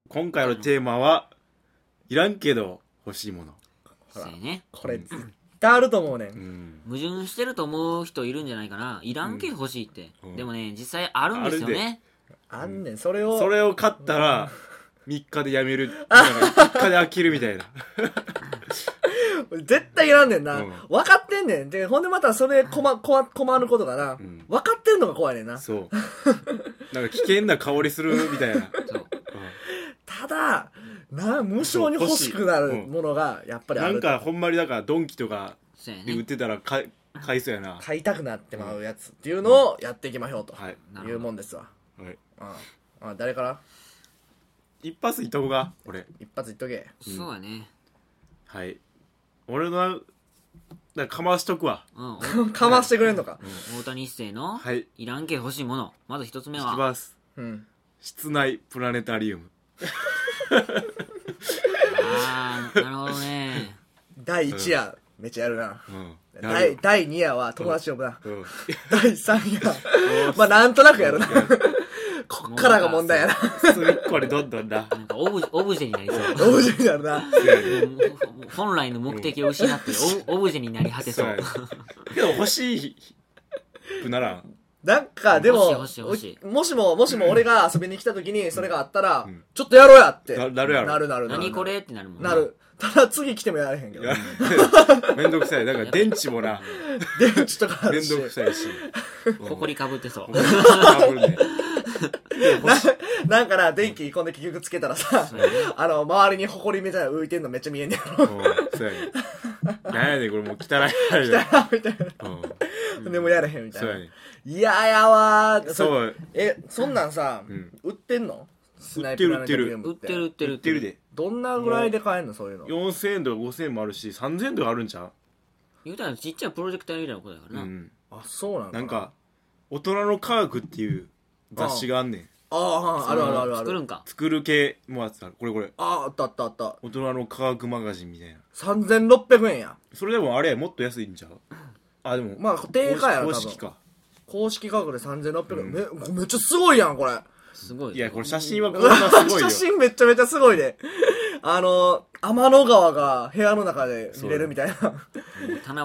Speaker 2: 今回のテーマはいらんけど欲しいもの
Speaker 3: ほら
Speaker 1: そうやね。
Speaker 3: これ絶対あると思うねん
Speaker 2: うん
Speaker 1: 矛盾してると思う人いるんじゃないかな。いらんけど欲しいって。
Speaker 2: うん
Speaker 1: でもね、実際あるんですよね。
Speaker 3: あんねんそれを
Speaker 2: それを買ったら3日でやめ る3日で飽きるみたいな
Speaker 3: 絶対いらんねんな、
Speaker 2: うん
Speaker 3: 分かってんねんでほんでまたそれ困困困ることがな、
Speaker 2: ん
Speaker 3: 分かってんのが怖いねんな
Speaker 2: そうなんか危険な香りするみたいな、
Speaker 1: そう。
Speaker 3: ただな無償に欲しくな
Speaker 2: 欲し
Speaker 3: る
Speaker 2: いうん
Speaker 3: ものがやっぱ
Speaker 2: うん
Speaker 3: りあ
Speaker 2: な
Speaker 3: る
Speaker 2: んかほんまにだからドンキとか
Speaker 1: そうや
Speaker 2: で売っ
Speaker 1: ね。
Speaker 2: てたら買い買いそうやな
Speaker 3: 買いたくなってまうやつっていうのをやっていきましょうと
Speaker 2: はい、
Speaker 1: な
Speaker 3: いう
Speaker 1: るほ
Speaker 3: も
Speaker 1: ど。
Speaker 3: んですわ、
Speaker 2: はい、
Speaker 3: うんあ誰から
Speaker 2: 一発いった方が俺
Speaker 3: 一発いっとけ
Speaker 1: そうやね。
Speaker 2: はい俺のななんかかましとくわ
Speaker 1: うん。お
Speaker 3: かましてくれんのか
Speaker 1: 大谷一成の、
Speaker 2: はい
Speaker 1: いらんけど欲しいもの。まず一つ目
Speaker 2: いき
Speaker 1: は。
Speaker 2: ます
Speaker 3: うん
Speaker 2: 室内プラネタリウム
Speaker 1: ああ、なるほどね。
Speaker 3: 第1夜、めっちゃやるな
Speaker 2: うんな
Speaker 3: 第
Speaker 2: る
Speaker 3: 第2夜は友達呼ぶな、
Speaker 2: うん
Speaker 3: 第3夜まあなんとなくやるなこっからが問題やな
Speaker 2: 隅っこにどんどんな
Speaker 1: なんかオブジェ、オブジェになりそう。
Speaker 3: 同時になるな
Speaker 1: もうほほ本来の目的を失って、オブオブジェになり果てそう。
Speaker 2: はいけど欲しいくならん
Speaker 3: なんかでも
Speaker 1: 欲しい欲しい欲しい
Speaker 3: もしももしも俺が遊びに来た時にそれがあったら、
Speaker 2: ん
Speaker 3: ちょっとやろうやって
Speaker 2: ななるやろ
Speaker 3: なるなるなる
Speaker 1: 何これってなるもん
Speaker 3: なるただ次来てもやれへんけ
Speaker 2: い
Speaker 3: ど
Speaker 2: や めんどくさいだから電池もな
Speaker 3: 電池とかあ
Speaker 2: め
Speaker 3: る
Speaker 2: ん
Speaker 3: し
Speaker 2: どくさいし
Speaker 1: ほこりかぶってそう。
Speaker 2: かぶるね
Speaker 3: なんかな電気こんで結局つけたらさあの周りに埃みたいなの浮いてんのめっちゃ見えんねやろ
Speaker 2: うんそうやねなんやねんこれもう汚いやね
Speaker 3: みたい
Speaker 2: うん
Speaker 3: な でもやれへんみたい
Speaker 2: そう
Speaker 3: な
Speaker 2: やね
Speaker 3: いややわーれ
Speaker 2: そう
Speaker 3: えそんなんさ、
Speaker 2: ん
Speaker 3: 売ってんのスナ
Speaker 2: 売
Speaker 3: イ
Speaker 2: って
Speaker 3: プ
Speaker 2: る
Speaker 3: ラネタリウム
Speaker 1: 売ってる売ってる
Speaker 2: 売ってるで
Speaker 3: どんなぐらいで買えんのそういうの
Speaker 2: 4000円とか5000円もあるし3000円とかあるんちゃ
Speaker 1: 言うたらちっちゃいプロジェクターみたいなことだか
Speaker 2: う
Speaker 1: ら
Speaker 2: う
Speaker 1: な。
Speaker 2: ん
Speaker 3: あそうなんだ
Speaker 2: なんか「大人の科学」っていう雑誌があんねん
Speaker 3: あああるあるあるあ
Speaker 1: 作る
Speaker 3: る
Speaker 1: んか。
Speaker 2: 作る系もあってたこれこれ
Speaker 3: ああったあったあった
Speaker 2: 大人の科学マガジンみたいな
Speaker 3: 3600円や
Speaker 2: それでもあれもっと安いんちゃうあでも
Speaker 3: まあ定価やな
Speaker 2: 公
Speaker 3: 多
Speaker 2: 式公式
Speaker 3: 分
Speaker 2: か
Speaker 3: 公式価格で3600円、めめっちゃすごいやんこれ
Speaker 1: すごい。
Speaker 2: いやこれ写真はこんなすごいよ
Speaker 3: 写真めっちゃめちゃすごいで、あの天の川が部屋の中で見れるみたいな
Speaker 1: もう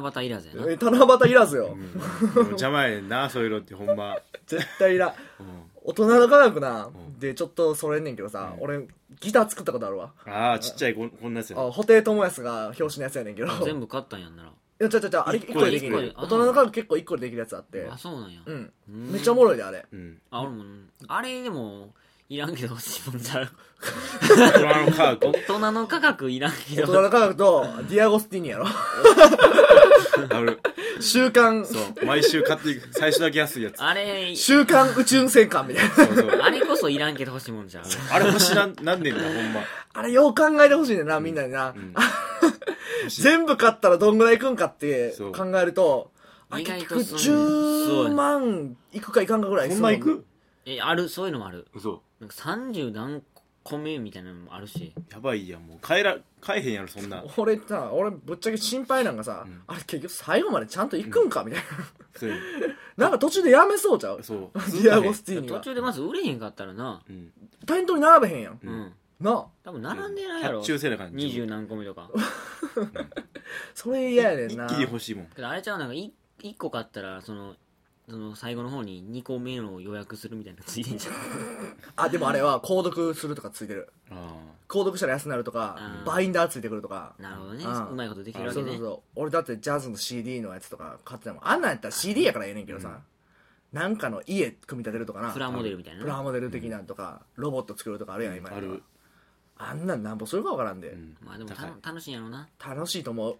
Speaker 1: 七夕いらずやな。
Speaker 3: 七夕いらずよ、
Speaker 2: うん邪魔やねんなそういうのってほんま
Speaker 3: 絶対いらん
Speaker 2: うん
Speaker 3: 大人の科学な、でちょっとそれんねんけどさ、俺ギター作ったことあるわ
Speaker 2: ああちっちゃいこんこんなやつや
Speaker 3: あ布袋寅泰が表紙のやつやねんけど
Speaker 1: 全部買ったんやんな
Speaker 3: いや、ちゃちゃちゃ、あれ1個ででき
Speaker 1: 一個で
Speaker 3: る
Speaker 1: 一。個で
Speaker 3: 大人の科学結構1個でできるやつあって
Speaker 1: ら。あ、。そうなんや。
Speaker 3: うん。
Speaker 1: ん
Speaker 3: めっちゃおもろいで、あれ。
Speaker 2: うん
Speaker 1: あ、俺も、あれでも、いらんけど欲しいもんちゃう。
Speaker 2: 大人の科学
Speaker 1: 大人の価格いらんけ
Speaker 3: 大
Speaker 1: ど。
Speaker 3: 人の科学と、ディアゴスティーニやろ。
Speaker 2: ある
Speaker 3: 週刊、
Speaker 2: そう毎週買っていく最初だけ安いやつ
Speaker 1: あれ、
Speaker 3: 週刊宇宙戦艦みたいな。
Speaker 2: そうそう
Speaker 1: あれこそいらんけど欲しいもんちゃう。
Speaker 2: あれ星なんなんねんだほんま
Speaker 3: あれ、よう考えてほしいねんな、みんなにな。全部買ったらどんぐらいいくんかって
Speaker 2: そう
Speaker 3: 考えると、あ
Speaker 1: 意外
Speaker 3: 結局
Speaker 1: とそうそう
Speaker 3: 10万いくかいかんかぐらい
Speaker 2: ほん
Speaker 3: す
Speaker 2: ま
Speaker 3: る
Speaker 2: 行く
Speaker 1: え、ある、そういうのもある。
Speaker 2: 嘘
Speaker 1: なんか30何個目みたいなのもあるし。
Speaker 2: やばいやんもう買えら買えへんやろそんなん
Speaker 3: 俺さ、俺ぶっちゃけ心配なんかさ、あれ結局最後までちゃんと行くんかみたいな。
Speaker 2: そう
Speaker 3: なんか途中でやめそうちゃう
Speaker 2: そう
Speaker 3: ディアゴスティーニ
Speaker 1: 途
Speaker 3: は
Speaker 1: 中でまず売れへんかったらな
Speaker 2: うん
Speaker 3: 店頭に並べへんやん
Speaker 1: うん、
Speaker 2: うん
Speaker 3: なあ
Speaker 1: 多分並んでないやろ
Speaker 2: 発注せな感
Speaker 1: 二
Speaker 2: じ
Speaker 1: 十何個目とか
Speaker 3: それ嫌やねん
Speaker 2: 一
Speaker 3: な
Speaker 2: 気に欲しいもん
Speaker 1: けどあれちゃうなんかい一個買ったらそのその最後の方に2個目のを予約するみたいなのついてん じゃん
Speaker 3: あでもあれは購読するとかついてる
Speaker 2: あ
Speaker 3: 購読したら安くなると
Speaker 1: あ
Speaker 3: か
Speaker 1: ー
Speaker 3: バインダーついてくるとか
Speaker 1: なるほどね
Speaker 3: うん
Speaker 1: うまいことできてる
Speaker 3: そう
Speaker 1: わけ
Speaker 3: そう
Speaker 1: ね
Speaker 3: そう俺だってジャズの CD のやつとか買ってたもんあんなんやったら CD やからええねんけどさ、なんかの家組み立てるとかな
Speaker 1: プラモデルみたいな
Speaker 3: プラ
Speaker 1: な
Speaker 3: モデル的なんとか、ロボット作るとかあるやん今
Speaker 2: あ
Speaker 3: や
Speaker 2: あ
Speaker 3: ったら
Speaker 2: る
Speaker 3: あんなんなんぼするかわからんで、
Speaker 2: うん
Speaker 1: まあでも
Speaker 2: 高い
Speaker 1: た楽しいんやろうな
Speaker 3: 楽しいと思う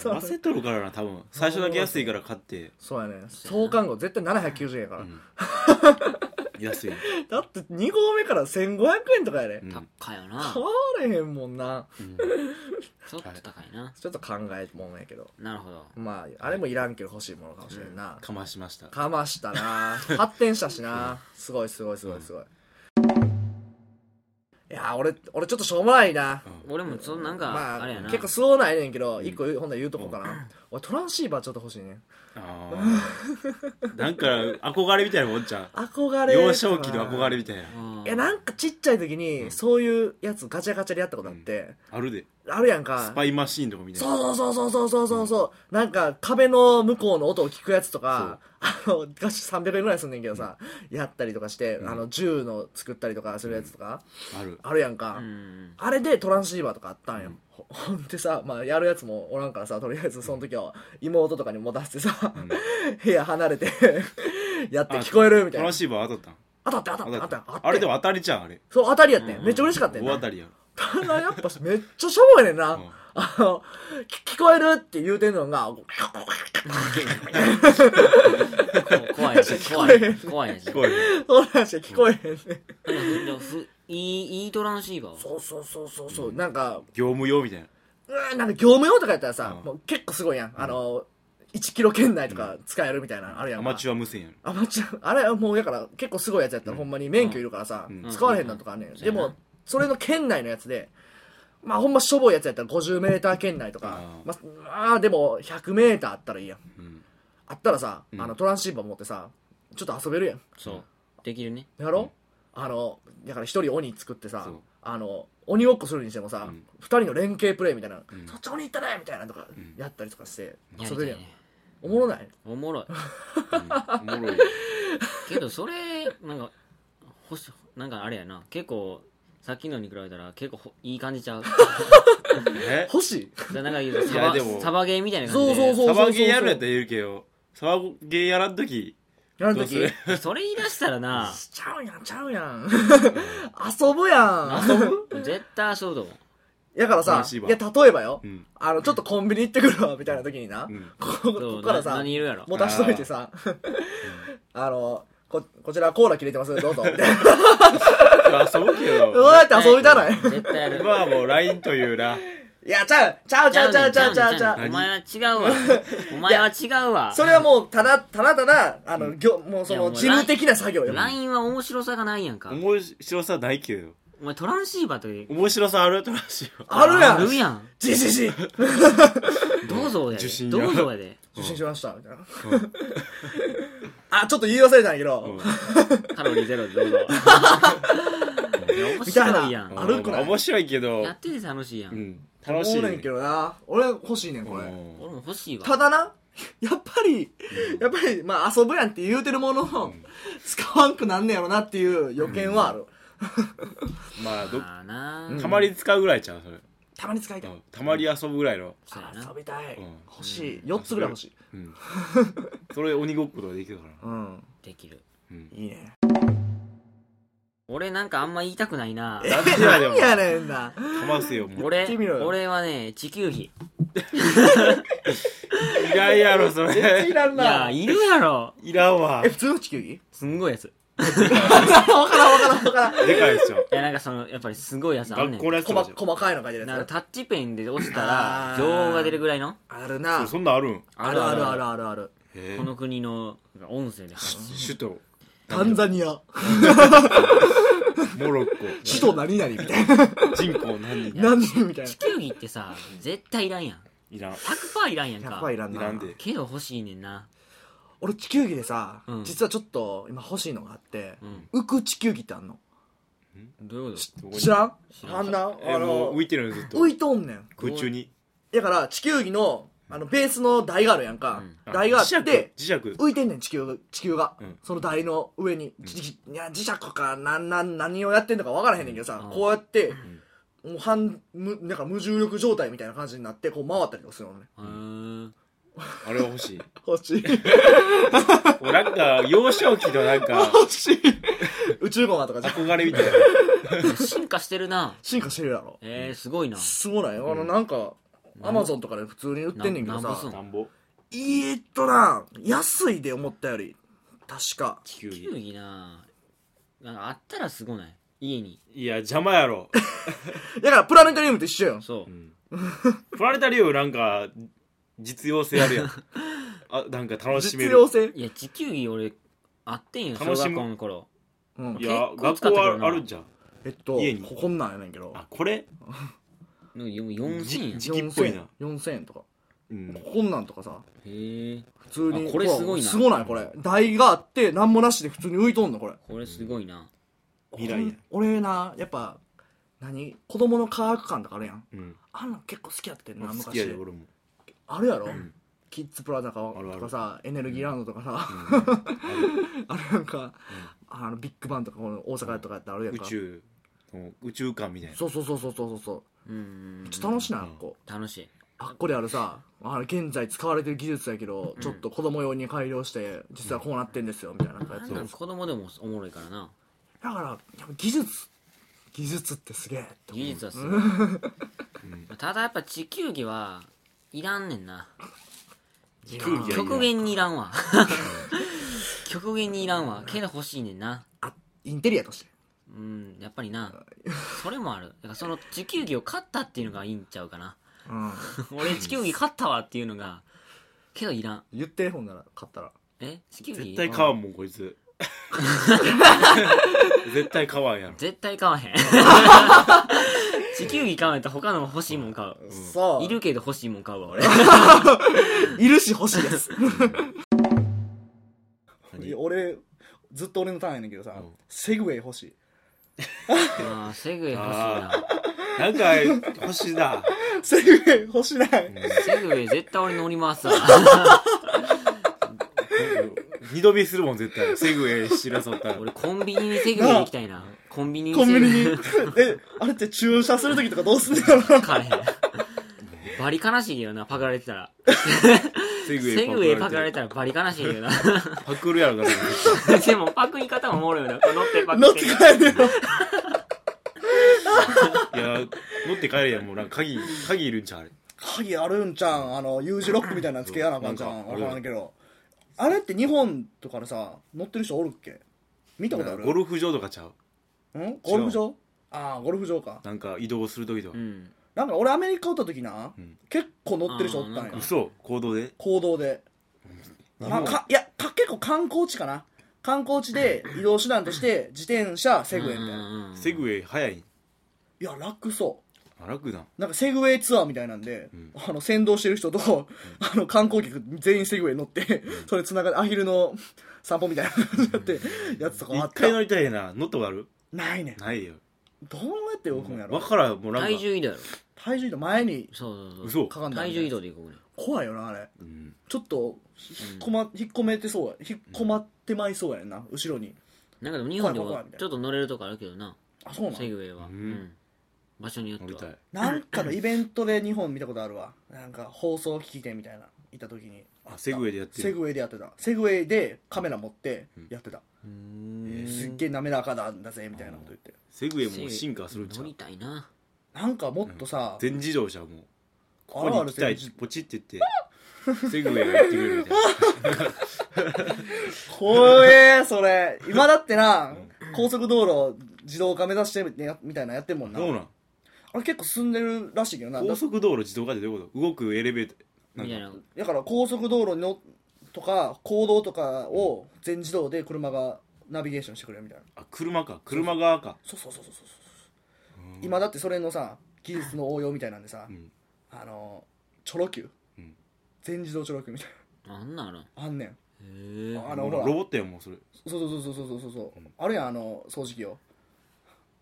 Speaker 3: そう
Speaker 2: 焦っとるからな多分最初だけ安いから買って
Speaker 3: そうやね創刊号絶対790円やか
Speaker 2: う
Speaker 3: ら、
Speaker 2: ん安い
Speaker 3: だって2合目から1500円とかやで、
Speaker 2: うん
Speaker 1: 高いよな
Speaker 3: 買われへんもんな
Speaker 2: うん
Speaker 1: ちょっと高いな
Speaker 3: ちょっと考えもんやけど
Speaker 1: なるほど
Speaker 3: まああれもいらんけど欲しいものかもしれんな、
Speaker 2: かましました
Speaker 3: かましたな発展したしなすごいすごいすごいすごい、いやー俺俺ちょっとしょうもないな、
Speaker 1: 俺もそのなん
Speaker 3: ま
Speaker 1: か
Speaker 3: あ
Speaker 1: あれやな
Speaker 3: 結構そうないねんけど一個言うほんなら言うとこうかな、俺トランシーバーちょっと欲しいね
Speaker 2: あ ーなんか憧れみたいなもんじゃん
Speaker 3: 憧れ
Speaker 2: 幼少期の憧れみたいな
Speaker 1: うん
Speaker 3: いやなんかちっちゃい時にそういうやつガチャガチャでやったことあって、
Speaker 2: あるで
Speaker 3: あるやんか
Speaker 2: スパイマシーンとかみたいな
Speaker 3: そうそうそうそうそうそうそう、なんか壁の向こうの音を聞くやつとかあのガシ300円ぐらいすんねんけどさ、やったりとかして、あの銃の作ったりとかするやつとか、
Speaker 2: ある
Speaker 3: あるやんか、
Speaker 1: うん
Speaker 3: あれでトランシーバーとかあったんよ、ほほんでさ、まあ、やるやつもおらんからさとりあえずその時は妹とかに持たせてさ、部屋離れてやって聞こえるみたいな
Speaker 2: 楽しい場当たっ
Speaker 3: 当たって当た
Speaker 2: た
Speaker 3: っ
Speaker 2: ん
Speaker 3: て当たって
Speaker 2: あれでも当たりちゃんあれ
Speaker 3: そう当たりやってん、めっちゃ嬉しかった
Speaker 2: 大
Speaker 3: よな
Speaker 2: 当たりや
Speaker 3: ただやっぱめっちゃしょぼいねんな、
Speaker 2: うん
Speaker 3: あのき聞こえるって言うてんのが
Speaker 1: こ怖いや つ怖
Speaker 3: えへ
Speaker 1: い
Speaker 3: ん
Speaker 1: 怖いやつ
Speaker 2: 聞こえる
Speaker 3: そうなんしか聞こえへんね
Speaker 1: でもふでもふいいいいトランシーバー
Speaker 3: そうそうそうそうそう、なんか
Speaker 2: 業務用みたいな
Speaker 3: うーんなんか業務用とかやったらさ、
Speaker 2: うん
Speaker 3: もう結構すごいやんあの1キロ圏内とか使えるみたいなのあるやん
Speaker 2: ア
Speaker 3: か
Speaker 2: マチュア無線やん
Speaker 3: アマチュアあれはもうやから結構すごいやつやったらほんまに免許いるからさ、
Speaker 2: うん
Speaker 3: 使われへんなんとかあんねん、
Speaker 1: ん
Speaker 3: でもそれの圏内のやつでまあほんましょぼいやつやったら 50m 圏内とか、
Speaker 2: うん
Speaker 3: まあまあでも 100m あったらいいやん
Speaker 2: うん
Speaker 3: あったらさ、
Speaker 2: うん
Speaker 3: あのトランシーバー持ってさちょっと遊べるやん
Speaker 1: そうできるね
Speaker 3: やろ、あのだから一人鬼作ってさ
Speaker 2: そう
Speaker 3: あの鬼ごっこするにしてもさ、
Speaker 2: うん
Speaker 3: 二人の連携プレイみたいな、
Speaker 2: ん
Speaker 3: そっち鬼行ったねみたいなとか
Speaker 2: ん
Speaker 3: やったりとかして
Speaker 1: やり
Speaker 3: 遊べ
Speaker 1: たい
Speaker 3: るやん、
Speaker 1: ね
Speaker 3: おもろない
Speaker 1: おもろい
Speaker 2: うんおもろい
Speaker 1: けどそれなんかほしなんかあれやな結構さっきのに比べたら結構ほいい感じちゃう
Speaker 2: え
Speaker 3: 欲しい
Speaker 1: だからなんか言うとサ
Speaker 2: いや
Speaker 1: バ
Speaker 2: でも
Speaker 1: サバゲーみたいな感じで
Speaker 3: そうそう
Speaker 2: サバゲーやるやったら言うけどサバゲーやらんとき
Speaker 3: やる
Speaker 2: ど
Speaker 3: と
Speaker 2: うす
Speaker 3: き
Speaker 2: る
Speaker 1: それ言い出したらな
Speaker 3: ちゃうやんちゃうやん遊ぶや ん
Speaker 1: 絶対遊ぶと思う
Speaker 3: やから
Speaker 2: トラ
Speaker 3: さ
Speaker 2: ンシ
Speaker 3: い
Speaker 2: ーバ
Speaker 3: や
Speaker 2: ー
Speaker 3: 例えばよ、
Speaker 2: うん
Speaker 3: あのちょっとコンビニ行ってくるわみたいな時にな、
Speaker 2: うん
Speaker 3: こここ
Speaker 1: そう
Speaker 3: こから
Speaker 1: な
Speaker 3: さ
Speaker 1: 何いるやろ
Speaker 3: 持たしといてさ あのここちらコーラ切れてます どうぞみたいな
Speaker 2: 遊ぶけ
Speaker 3: う
Speaker 2: ど
Speaker 3: わーって遊びたない
Speaker 1: 絶対やる
Speaker 2: 今はもう LINE というない
Speaker 3: や、ちゃう、ちゃう、ちゃう、ちゃう、ちゃう、ちゃう、ちゃ
Speaker 1: ねん
Speaker 3: う。
Speaker 1: お前は違うわ お前は違うわ
Speaker 3: それはもう、ただ、ただただ、あの、業、もうそ
Speaker 1: いやも
Speaker 3: の、
Speaker 1: う
Speaker 3: 事務的な作業よ。
Speaker 1: LINE は面白さがないやんか
Speaker 2: 面白さないけど
Speaker 1: お前トランシーバーという
Speaker 2: 面白さあるとらしいよ
Speaker 3: あるや
Speaker 1: ある
Speaker 3: ん
Speaker 1: やん
Speaker 3: じじじ
Speaker 1: どうぞや
Speaker 2: 受
Speaker 1: で
Speaker 2: 信や
Speaker 1: どうぞやで
Speaker 3: 受信しました、みたいな。 あ、ちょっと言い忘れたんやけど、
Speaker 1: カロリーゼロでどう ぞいや面
Speaker 3: みたい
Speaker 1: 白
Speaker 3: ない
Speaker 1: やん
Speaker 3: あるくない
Speaker 2: 面白いけど
Speaker 1: やってて楽しいやん、
Speaker 2: うん楽し
Speaker 3: 思
Speaker 2: いう
Speaker 3: ねんけどな。俺欲しいねん、こ
Speaker 2: う
Speaker 3: れ。
Speaker 2: ん
Speaker 1: 俺も欲しいわ
Speaker 3: ただな、 やっぱり、やっぱり、まあ、遊ぶやんって言うてるものを、使わんくなんねやろなっていう予見はある。
Speaker 2: まあど
Speaker 1: まあな
Speaker 2: たまり使うぐらいちゃうそれ
Speaker 3: たまに使いた
Speaker 2: う
Speaker 3: い。
Speaker 2: んたまり遊ぶぐらいの
Speaker 1: そうやな
Speaker 3: 遊びたい
Speaker 2: うん。
Speaker 3: 欲しい。4つぐらい欲しい。
Speaker 2: うんそれ鬼ごっことかできるから
Speaker 3: うん。
Speaker 1: できる
Speaker 2: うん
Speaker 3: いいね。
Speaker 1: 俺なんかあんま言いたくないな
Speaker 2: だってやでも
Speaker 3: 何やねんな。
Speaker 2: かますよもう
Speaker 1: 俺
Speaker 3: ってみろよ
Speaker 1: 俺はね地球儀
Speaker 2: いらんやろそ
Speaker 3: め っちゃい
Speaker 2: れ
Speaker 3: らん
Speaker 1: い
Speaker 3: な。
Speaker 1: やいるやろ
Speaker 2: いらんわ
Speaker 3: え、普通の地球儀
Speaker 1: すんごいやつい
Speaker 3: わからんわからんわからん。
Speaker 2: でかいでしょ
Speaker 1: やなんかそのやっぱりすごいやつあんね
Speaker 2: 学校
Speaker 1: ん
Speaker 2: のやつ
Speaker 3: こ
Speaker 2: とか
Speaker 3: ま、
Speaker 2: じゃん
Speaker 3: 細かいの書いてる
Speaker 1: なん
Speaker 3: や
Speaker 1: か
Speaker 3: つ。
Speaker 1: タッチペンで押した
Speaker 3: あ
Speaker 1: ら
Speaker 3: ー
Speaker 1: 女王が出るぐらいの
Speaker 3: あるな。
Speaker 2: そんなんあるん
Speaker 3: あるあるある
Speaker 1: あ
Speaker 3: あるある。
Speaker 2: へえ
Speaker 1: この国の音声 で発
Speaker 2: 首都
Speaker 3: タンザニア。
Speaker 2: モロッコ
Speaker 3: 首都何々みたいな。
Speaker 2: 人口何人
Speaker 3: 何人みたいな
Speaker 1: 地。球儀ってさ絶対いらんやん
Speaker 2: いらん
Speaker 1: 100%いらんやん
Speaker 3: 100
Speaker 1: か
Speaker 3: パーいらん
Speaker 2: い
Speaker 3: な。
Speaker 2: らんで
Speaker 1: けど欲しいねんな
Speaker 3: 俺地球儀でさ、
Speaker 1: うん
Speaker 3: 実はちょっと今欲しいのがあって、
Speaker 1: うん
Speaker 3: 浮く地球儀ってあんの
Speaker 1: どういうこと
Speaker 2: どこに
Speaker 3: 知らん
Speaker 1: 知らん
Speaker 3: あんな
Speaker 2: え
Speaker 3: あ
Speaker 2: も
Speaker 3: の
Speaker 2: う浮いてるのずっと
Speaker 3: 浮いとんねん
Speaker 2: 空中に
Speaker 3: だから地球儀のあのベースの台があるやんか、
Speaker 2: あ
Speaker 3: 台があって
Speaker 2: 磁石磁石
Speaker 3: 浮いてんねん地球が地球が、
Speaker 2: うん
Speaker 3: その台の上に、じいや磁石かなんなん何をやってんのか分からへんねんけどさ、
Speaker 1: うん
Speaker 3: こうやって、もう半無なんか無重力状態みたいな感じになってこう回ったりとかするのね
Speaker 1: へー
Speaker 2: あれは欲しい
Speaker 3: 欲しい
Speaker 2: もうなんか幼少期のなんか
Speaker 3: 欲しい宇宙ゴマとかじゃ
Speaker 2: 憧れみたいな
Speaker 1: 進化してるな
Speaker 3: 進化してるやろ
Speaker 1: えー、すごいな
Speaker 3: すごないあのなんかアマゾンとかで普通に売ってんねんけ
Speaker 1: な
Speaker 3: ど
Speaker 1: んぼす
Speaker 3: さ
Speaker 1: ん
Speaker 2: なんぼ
Speaker 3: えーっとな安いで思ったより確か
Speaker 2: 地球
Speaker 1: 球
Speaker 2: 儀
Speaker 1: 技ななんかあったらすごない家に
Speaker 2: いや邪魔やろ、、
Speaker 3: だからプラネタリウムと一緒よ
Speaker 1: そううん
Speaker 2: プラネタリウムなんか実用性あるやんあなんか楽しめ
Speaker 3: 実
Speaker 2: る
Speaker 3: 用性
Speaker 1: いや地球儀俺あってんよ小
Speaker 2: 楽しむ
Speaker 1: 学校の頃
Speaker 3: うん
Speaker 2: いや
Speaker 1: 結構
Speaker 2: 学
Speaker 1: 使って
Speaker 2: 校
Speaker 1: く
Speaker 2: あ
Speaker 1: る
Speaker 2: る
Speaker 1: な
Speaker 2: あるんじゃん
Speaker 3: えっと
Speaker 2: 家に
Speaker 3: ここんなんやねんけど
Speaker 2: あこれ
Speaker 1: のよ4000円
Speaker 2: じ時期っぽいな
Speaker 3: 4000円とか
Speaker 2: うん
Speaker 3: ここんなんとかさ
Speaker 1: へえ
Speaker 3: 普通に
Speaker 1: あこれすごいな
Speaker 3: すごないこれ台があって何もなしで普通に浮いとんのこれ
Speaker 1: これすごいな
Speaker 2: 未来や
Speaker 3: 俺なやっぱ何子供の科学館とかあるやん
Speaker 2: うん
Speaker 3: あんなん結構好きやってんな
Speaker 2: 好
Speaker 3: 昔
Speaker 2: きやで俺も
Speaker 3: あるやろ、キッズプラザか
Speaker 2: あるある
Speaker 3: とかさエネルギーランドとかさ、 あれなんか、あのビッグバンとかこの大阪とかやって あるやん
Speaker 2: 宇
Speaker 3: か、
Speaker 2: 宙の宇宙観みたいな
Speaker 3: そうそうそうそうそうそう
Speaker 1: うん
Speaker 3: ちょっと楽しいな、
Speaker 2: うん
Speaker 3: あっこ
Speaker 1: 楽しい
Speaker 3: あっこであるさあの現在使われてる技術やけど、ちょっと子供用に改良して実はこうなってんですよみたいななんかや
Speaker 1: あ
Speaker 3: つ
Speaker 1: んなん子供でもおもろいからな
Speaker 3: だからやっぱ技術技術ってすげえって
Speaker 1: 技術はすごい、ただやっぱ地球儀はいらんねんな
Speaker 3: 地
Speaker 2: 球儀や
Speaker 1: 極限にいらんわ 極限にいらんわけど欲しいねんな
Speaker 3: あインテリアとして
Speaker 1: うんやっぱりなそれもあるだからその地球儀を買ったっていうのがいいんちゃうかな
Speaker 3: うん
Speaker 1: 俺地球儀買ったわっていうのがけどいらん
Speaker 3: 言ってほんなら買ったら
Speaker 1: え地球儀
Speaker 2: 絶対買わ
Speaker 1: うん
Speaker 2: もんこいつ絶対買わんやろ
Speaker 1: 絶対買わへん地球儀買わんと他の欲しいもん買う
Speaker 3: そ
Speaker 1: いるけど欲しいもん買うわ俺
Speaker 3: いるし欲しいです
Speaker 2: 何
Speaker 3: いや俺ずっと俺のターンやねんけどさ、
Speaker 2: うん
Speaker 3: セグウェイ欲しい
Speaker 1: あーセグウェイ欲しい
Speaker 2: あ
Speaker 1: な
Speaker 2: なんか欲しいな
Speaker 3: セグウェイ欲しない、
Speaker 1: セグウェイ絶対俺乗りますわ
Speaker 2: 二度見するもん絶対セグウェイ知らそったら
Speaker 1: 俺コンビニにセグウェイ行きたいなコンビニに
Speaker 3: コンビニに
Speaker 1: セグウェイ
Speaker 3: えあれって駐車するときとかどうすんだろうな
Speaker 1: 買えへんバリ悲しいけどなパクられてたら
Speaker 2: セグウ
Speaker 1: セグウェイパクられ
Speaker 2: た
Speaker 1: たらバリ悲しいけどな
Speaker 2: パクるやろだって
Speaker 1: でもパクり方もおもろいよなこう乗 ってパク
Speaker 3: 乗っ
Speaker 1: ってて
Speaker 3: 帰るよ
Speaker 2: いや持って帰れやもうなんか鍵鍵いるんちゃうあれ
Speaker 3: 鍵あるんちゃんあの U 字ロックみたいなのつけやなあかんじゃ
Speaker 2: なん
Speaker 3: ん
Speaker 2: か
Speaker 3: わからんけどあれって日本とかでさ乗ってる人おるっけ見たことある
Speaker 2: ゴルフ場とかちゃうん
Speaker 3: ゴルフ場ああゴルフ場か
Speaker 2: なんか移動する時とか
Speaker 1: うん
Speaker 3: なんか俺アメリカおった時な、
Speaker 2: ん
Speaker 3: 結構乗ってる人おったん
Speaker 1: あーな
Speaker 3: や
Speaker 1: ん
Speaker 2: 嘘行動で
Speaker 3: 行動で、
Speaker 2: 日
Speaker 3: まあ
Speaker 2: 本
Speaker 3: かいやか結構観光地かな観光地で移動手段として自転車セグウェイみたいな、
Speaker 1: うんうんうん
Speaker 2: セグウェイ早いん
Speaker 3: いや楽そう
Speaker 2: あ楽だ
Speaker 3: なんかセグウェイツアーみたいなんで、あの先導してる人と、あの観光客全員セグウェイ乗って、それつながってアヒルの散歩みたいな感じやってやつとかあ
Speaker 2: 一
Speaker 3: った
Speaker 2: 回乗りたいな乗ったことある
Speaker 3: ないねん
Speaker 2: ないよ
Speaker 3: どうやって動くんやろ
Speaker 2: わからんもうなんか
Speaker 1: 体重移動やろ
Speaker 3: 体重移動前に
Speaker 1: そうそうそう
Speaker 2: 嘘
Speaker 3: かかんない
Speaker 1: 体重移動で行こうね
Speaker 3: 怖いよなあれ
Speaker 2: うん
Speaker 3: ちょっと引っ込,、ま、引っ込めてそうや引っ込まってまいそうやんな後ろに
Speaker 1: なんかでも日本で
Speaker 3: 怖い怖
Speaker 1: も
Speaker 3: いみたいな
Speaker 1: ちょっと乗れるとこあるけどな
Speaker 3: あそうな
Speaker 1: セ
Speaker 3: ん
Speaker 1: グウェイは、
Speaker 2: う
Speaker 1: うんん場所によっ
Speaker 2: 乗
Speaker 1: て
Speaker 2: りた
Speaker 1: はい
Speaker 3: なんかのイベントで日本見たことあるわなんか放送聞きてみたいな行った時に
Speaker 2: あセグウェイでやって
Speaker 3: セ
Speaker 2: る
Speaker 3: グウェイでやってたセグウェイでカメラ持ってやってた、
Speaker 1: うーん
Speaker 3: すっげえ滑らかなんだぜみたいなこと言って
Speaker 2: セグウェイも進化するんちゃ
Speaker 1: 乗
Speaker 2: う
Speaker 1: りたいな
Speaker 3: なんかもっとさ、
Speaker 2: 全自動車もうここ
Speaker 3: あ
Speaker 2: に
Speaker 3: るあ
Speaker 2: 行
Speaker 3: る
Speaker 2: きたい
Speaker 3: 全自
Speaker 2: ポチって言ってセグウェイがやってくれるみたいな
Speaker 3: 怖えそれ今だってな高速道路自動化目指してみたいなのやってる もんな
Speaker 2: どうなん
Speaker 3: あれ結構進んでるらしいけどなだ
Speaker 2: 高速道路自動化ってどういうこと動くエレベーター
Speaker 1: みたい
Speaker 2: なんか
Speaker 1: な
Speaker 3: だから高速道路のとか公道とかを全自動で車がナビゲーションしてくれるみたいな
Speaker 2: あ車か車側か
Speaker 3: そうそうそうそうそうそう今だってそれのさ技術の応用みたいなんでさ、
Speaker 2: ん
Speaker 3: あのチョロ Q、
Speaker 2: うん
Speaker 3: 全自動チョロ Q みたい
Speaker 1: あんなの
Speaker 3: なあんねん
Speaker 1: へえ
Speaker 3: あ
Speaker 2: も
Speaker 3: の
Speaker 2: う
Speaker 3: ほら
Speaker 2: ロボットやんもうそれ
Speaker 3: そうそうそうそうそうそうそう、
Speaker 2: うん
Speaker 3: あるやんあの掃除機を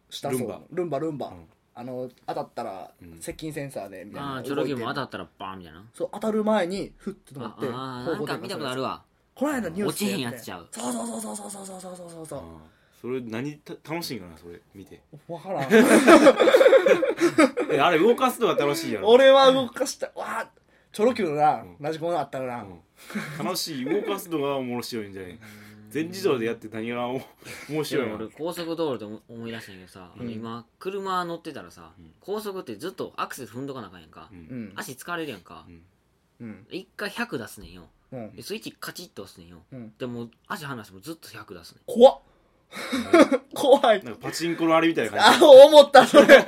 Speaker 3: 下そう
Speaker 2: ルンバ
Speaker 3: ルンバルンバ、
Speaker 2: うん
Speaker 3: あの当たったら
Speaker 2: うん
Speaker 3: 接近センサーでみたいな
Speaker 1: ああチョロキも当
Speaker 3: た
Speaker 1: たったらバーンみたいな
Speaker 3: そう当たる前にフッて止ま
Speaker 1: あ
Speaker 3: って
Speaker 1: あーなんか見たことある
Speaker 3: わ
Speaker 1: わ
Speaker 3: この間ニュース
Speaker 1: 落ちへん
Speaker 3: で
Speaker 1: や
Speaker 3: って
Speaker 1: つちゃう
Speaker 3: そうそうそうそうそうそうそうそうそうそう
Speaker 2: あーそれ何た楽しいんかなそれ見て
Speaker 3: 分からん
Speaker 2: えあれ動かすのが楽しいやろ、
Speaker 3: 俺は動かしたわあチョロ Q のな
Speaker 2: うん
Speaker 3: 同じものあったらな、
Speaker 2: うん、楽しい動かすのが面白いんじゃない全自動でやって何がお面
Speaker 1: で
Speaker 2: 白い
Speaker 1: も
Speaker 2: の
Speaker 1: 俺高速道路で思思い出したんやけどさ、
Speaker 3: うん
Speaker 1: 今車乗ってたらさ、
Speaker 2: うん
Speaker 1: 高速ってずっとアクセル踏んどかなあかんやんか、
Speaker 2: う
Speaker 3: うんん
Speaker 1: 足疲れるやんか
Speaker 2: う、ん
Speaker 3: うん
Speaker 1: 一回100出すねんよ
Speaker 3: うん
Speaker 1: でスイッチカチッと押すねんよ、
Speaker 3: うん
Speaker 1: でも足離してもずっと100出すねん
Speaker 3: 怖っ怖い
Speaker 2: なんかパチンコのあれみたいな感
Speaker 3: あ思ったそれ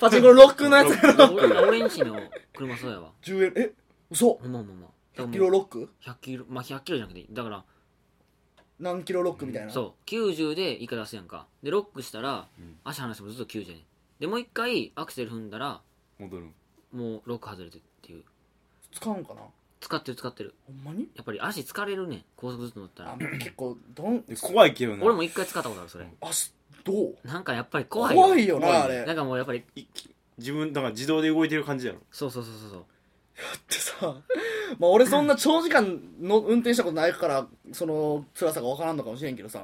Speaker 3: パチンコのロックのやつやろ
Speaker 1: 俺俺んちの車そうやわ
Speaker 3: 10円え嘘
Speaker 1: ほんまほんまほんまだからも
Speaker 3: 100
Speaker 1: う
Speaker 3: キロロック
Speaker 1: 100キロまあ100キロじゃなくてだから
Speaker 3: 何キロロックみたいな
Speaker 1: そう90で一回出すやんかでロックしたら
Speaker 2: うん
Speaker 1: 足離してもずっと90やねんでもう一回アクセル踏んだら
Speaker 2: じ戻るん
Speaker 1: もうロック外れてっていう
Speaker 3: 使うんかな
Speaker 1: 使ってる使ってる
Speaker 3: ほんまに
Speaker 1: やっぱり足疲れるねん高速ずっと乗った
Speaker 3: あ
Speaker 1: ら
Speaker 3: もう結構どん
Speaker 2: で怖いけどな
Speaker 1: 俺も一回使ったことあるそれ
Speaker 3: あすどう
Speaker 1: なんかやっぱり怖
Speaker 3: 怖
Speaker 1: い
Speaker 3: い
Speaker 1: よ
Speaker 3: よな
Speaker 2: 怖い
Speaker 3: あれ
Speaker 1: な
Speaker 3: だ
Speaker 1: ん
Speaker 3: っ
Speaker 1: かもうやっぱり
Speaker 2: い自分だから自動で動いてる感じやろ
Speaker 1: そうそうそうそうそう
Speaker 3: てさ まあ俺そんな長時間の運転したことないからその辛さが分からんのかもしれんけどさ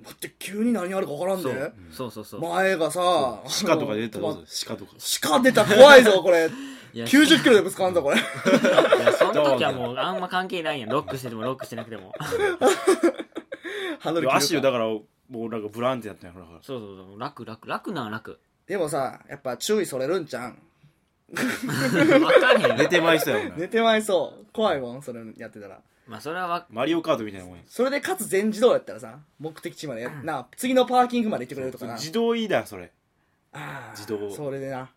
Speaker 3: だって急に何あるか分からんで
Speaker 1: そうそうそう
Speaker 3: 前がさ
Speaker 2: 鹿とか出たら
Speaker 3: ら
Speaker 2: どうする鹿とか
Speaker 3: 鹿出たら怖いぞこれ
Speaker 1: いや
Speaker 3: 90キロでぶつかんぞこれ
Speaker 1: いやその時はもうあんま関係ないやんロックしててもロックしてなくても
Speaker 3: ハン
Speaker 2: で
Speaker 3: ドル切るか
Speaker 2: 足をだからもうなんかブランってなったんやろだ から
Speaker 1: そうそうそう楽楽楽なんは楽
Speaker 3: でもさやっぱ注意それるんじゃん
Speaker 1: 分かんへん
Speaker 2: 寝
Speaker 1: よ
Speaker 2: てまいそうやもんな
Speaker 3: 寝てまいそう怖いもんそれやってたら
Speaker 1: まあそれはわ
Speaker 2: マリオカートみたいなもんや
Speaker 3: それでかつ全自動やったらさ目的地までやなあ次のパーキングまで行ってくれるとかな
Speaker 2: 自動いいだそれ
Speaker 3: あー
Speaker 2: 自動
Speaker 3: それでな、
Speaker 2: うん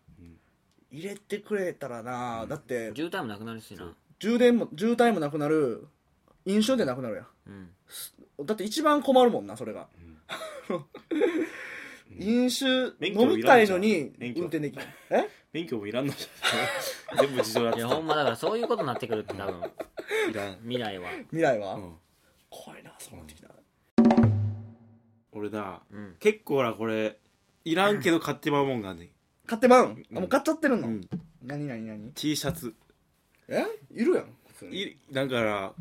Speaker 3: 入れてくれたらなだって
Speaker 1: 渋滞もなくなるしな
Speaker 3: 充電も渋滞もなくなる飲酒でなくなるや
Speaker 1: うん
Speaker 3: んだって一番困るもんなそれが、 飲酒
Speaker 2: 免許
Speaker 3: 飲みたいの
Speaker 2: いら
Speaker 3: に
Speaker 2: んじゃん免許
Speaker 3: 運転できないえ
Speaker 2: 免許もいらん のじゃん全部自動だっ
Speaker 1: い
Speaker 2: た
Speaker 1: やほんまだからそういうことになってくるって多分
Speaker 2: いらん、
Speaker 1: 未来は
Speaker 3: 未来は、
Speaker 2: うん、
Speaker 3: 怖いなそうなってきた、
Speaker 2: 俺だ
Speaker 1: うん
Speaker 2: 結構なこれいらんけど買ってまうもんがあんね
Speaker 3: 買ってまう
Speaker 2: う
Speaker 3: ん、
Speaker 2: ん
Speaker 3: あもう買っちゃってる
Speaker 2: ん、
Speaker 3: の、
Speaker 2: うん、
Speaker 3: 何何何
Speaker 2: T シャツ
Speaker 3: えいるやん普通に
Speaker 2: いだから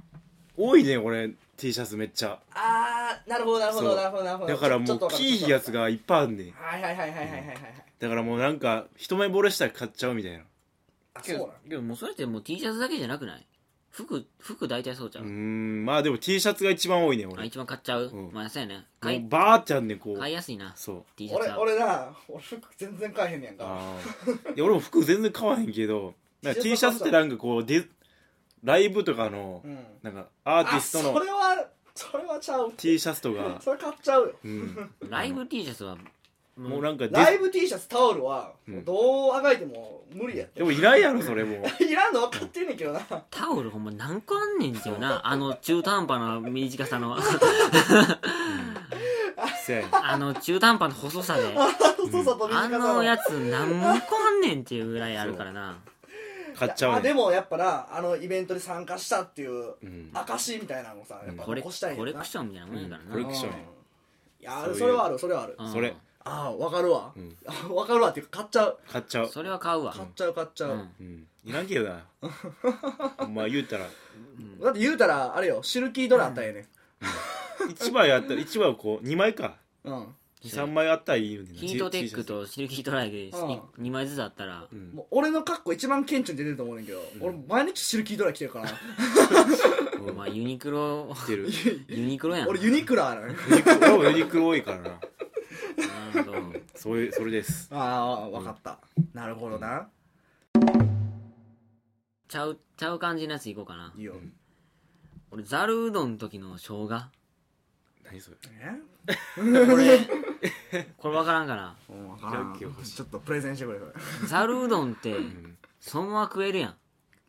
Speaker 2: 多いね俺 T シャツめっちゃ
Speaker 3: ああなるほどなるほ
Speaker 2: そ
Speaker 3: ど
Speaker 2: う
Speaker 3: なるほどなるほど
Speaker 2: だからもうキーヒやつ
Speaker 3: が
Speaker 2: がいっぱいあんねん
Speaker 3: はいはいはいはいはいはいはい
Speaker 2: だからもうなんか一目惚れしたら買っちゃうみたいな
Speaker 3: あそうなん
Speaker 1: でももうそれってもう T シャツだけじゃなくない服服大体そうじゃ、
Speaker 2: うんーんまあでも T シャツが一番多いねん
Speaker 1: あ
Speaker 2: 俺
Speaker 1: 一番買っちゃう、
Speaker 2: うん
Speaker 1: まあそうやね
Speaker 2: も
Speaker 1: 買
Speaker 2: う
Speaker 1: い
Speaker 2: バーってあんねんこう
Speaker 1: 買いやすいな
Speaker 2: そう
Speaker 1: T シャツ
Speaker 3: 俺
Speaker 1: は
Speaker 3: 俺な俺服全然買えへんねやんか
Speaker 2: ああいや俺も服全然買わへんけどなんか T シャツってなんかこうデライブとかの
Speaker 3: うん
Speaker 2: なんかア
Speaker 3: ア
Speaker 2: ーティスト
Speaker 3: そ
Speaker 2: の
Speaker 3: れはそれはちゃう
Speaker 2: T シャツとか、
Speaker 3: それ買っちゃうよ
Speaker 2: うん、
Speaker 1: ライブ T シャツは
Speaker 2: もうなんかデ
Speaker 3: ライブ T シャツタオルは
Speaker 2: うん
Speaker 3: もうどうあがいても無理や
Speaker 2: でもいらんやろそれもう
Speaker 3: いらんの分かってんねんけどな
Speaker 1: タオルほんま何個あんねんっていうなあの中途半端な短さの
Speaker 2: せやねん
Speaker 1: あの中途半端な細さで
Speaker 3: そうそうと
Speaker 1: あ
Speaker 3: 短
Speaker 1: の
Speaker 3: さの
Speaker 1: やつ何個あんねんっていうぐらいあるからな
Speaker 2: 買っちゃ
Speaker 3: あ
Speaker 2: うね
Speaker 3: で
Speaker 2: ん
Speaker 3: もやっぱなあのイベントに参加したっていう
Speaker 2: うん
Speaker 3: 証みたいなのをさやっぱ
Speaker 1: コレ
Speaker 3: 残したい
Speaker 1: コレ
Speaker 3: ねんな
Speaker 1: クションみたいなもんやからな、
Speaker 2: うんコレクション
Speaker 3: うん
Speaker 2: や
Speaker 3: いや
Speaker 2: そういう
Speaker 3: それはあるそれはある
Speaker 1: うん
Speaker 2: それ
Speaker 3: ああ分かるわ
Speaker 2: うん
Speaker 3: 分かる わっていうか買っちゃう
Speaker 2: 買っちゃう
Speaker 1: それは買うわ
Speaker 3: 買っちゃう買っちゃ
Speaker 1: う
Speaker 3: うん
Speaker 2: うんいらんけどなほんま言うたら
Speaker 3: だって言うたらあれよシルキードラあったんやね
Speaker 2: 1枚あったら1枚をこう2枚か
Speaker 3: うん
Speaker 2: 23枚あったらいいよね
Speaker 1: ヒートテ
Speaker 2: T
Speaker 1: ック
Speaker 2: シャツ
Speaker 1: とシルキートライで
Speaker 3: う
Speaker 1: 2枚ずつあったら
Speaker 2: うん
Speaker 3: もう俺の格好一番顕著に出てると思うねんけど、俺毎日シルキードラ着てるから
Speaker 1: お前ユニクロ
Speaker 2: 着てる
Speaker 1: ユニクロやん
Speaker 3: 俺ユニクラー なの
Speaker 2: ユニクロ俺
Speaker 3: よ
Speaker 2: もユニクロ多いからな
Speaker 1: なるほど
Speaker 2: そういうそれです
Speaker 3: ああ分かった、なるほどな
Speaker 1: ちゃうちゃう感じのやついこうかない
Speaker 3: いよ、
Speaker 2: うん
Speaker 1: 俺ざるうどんの時の生姜
Speaker 2: 何それ
Speaker 3: え
Speaker 1: こ れこれ分からんかな
Speaker 3: もう分からん
Speaker 2: キラキラ欲しい
Speaker 3: ちょっとプレゼンしてくれそれ
Speaker 1: ざるうどんって
Speaker 2: うん
Speaker 1: そのまま食えるやん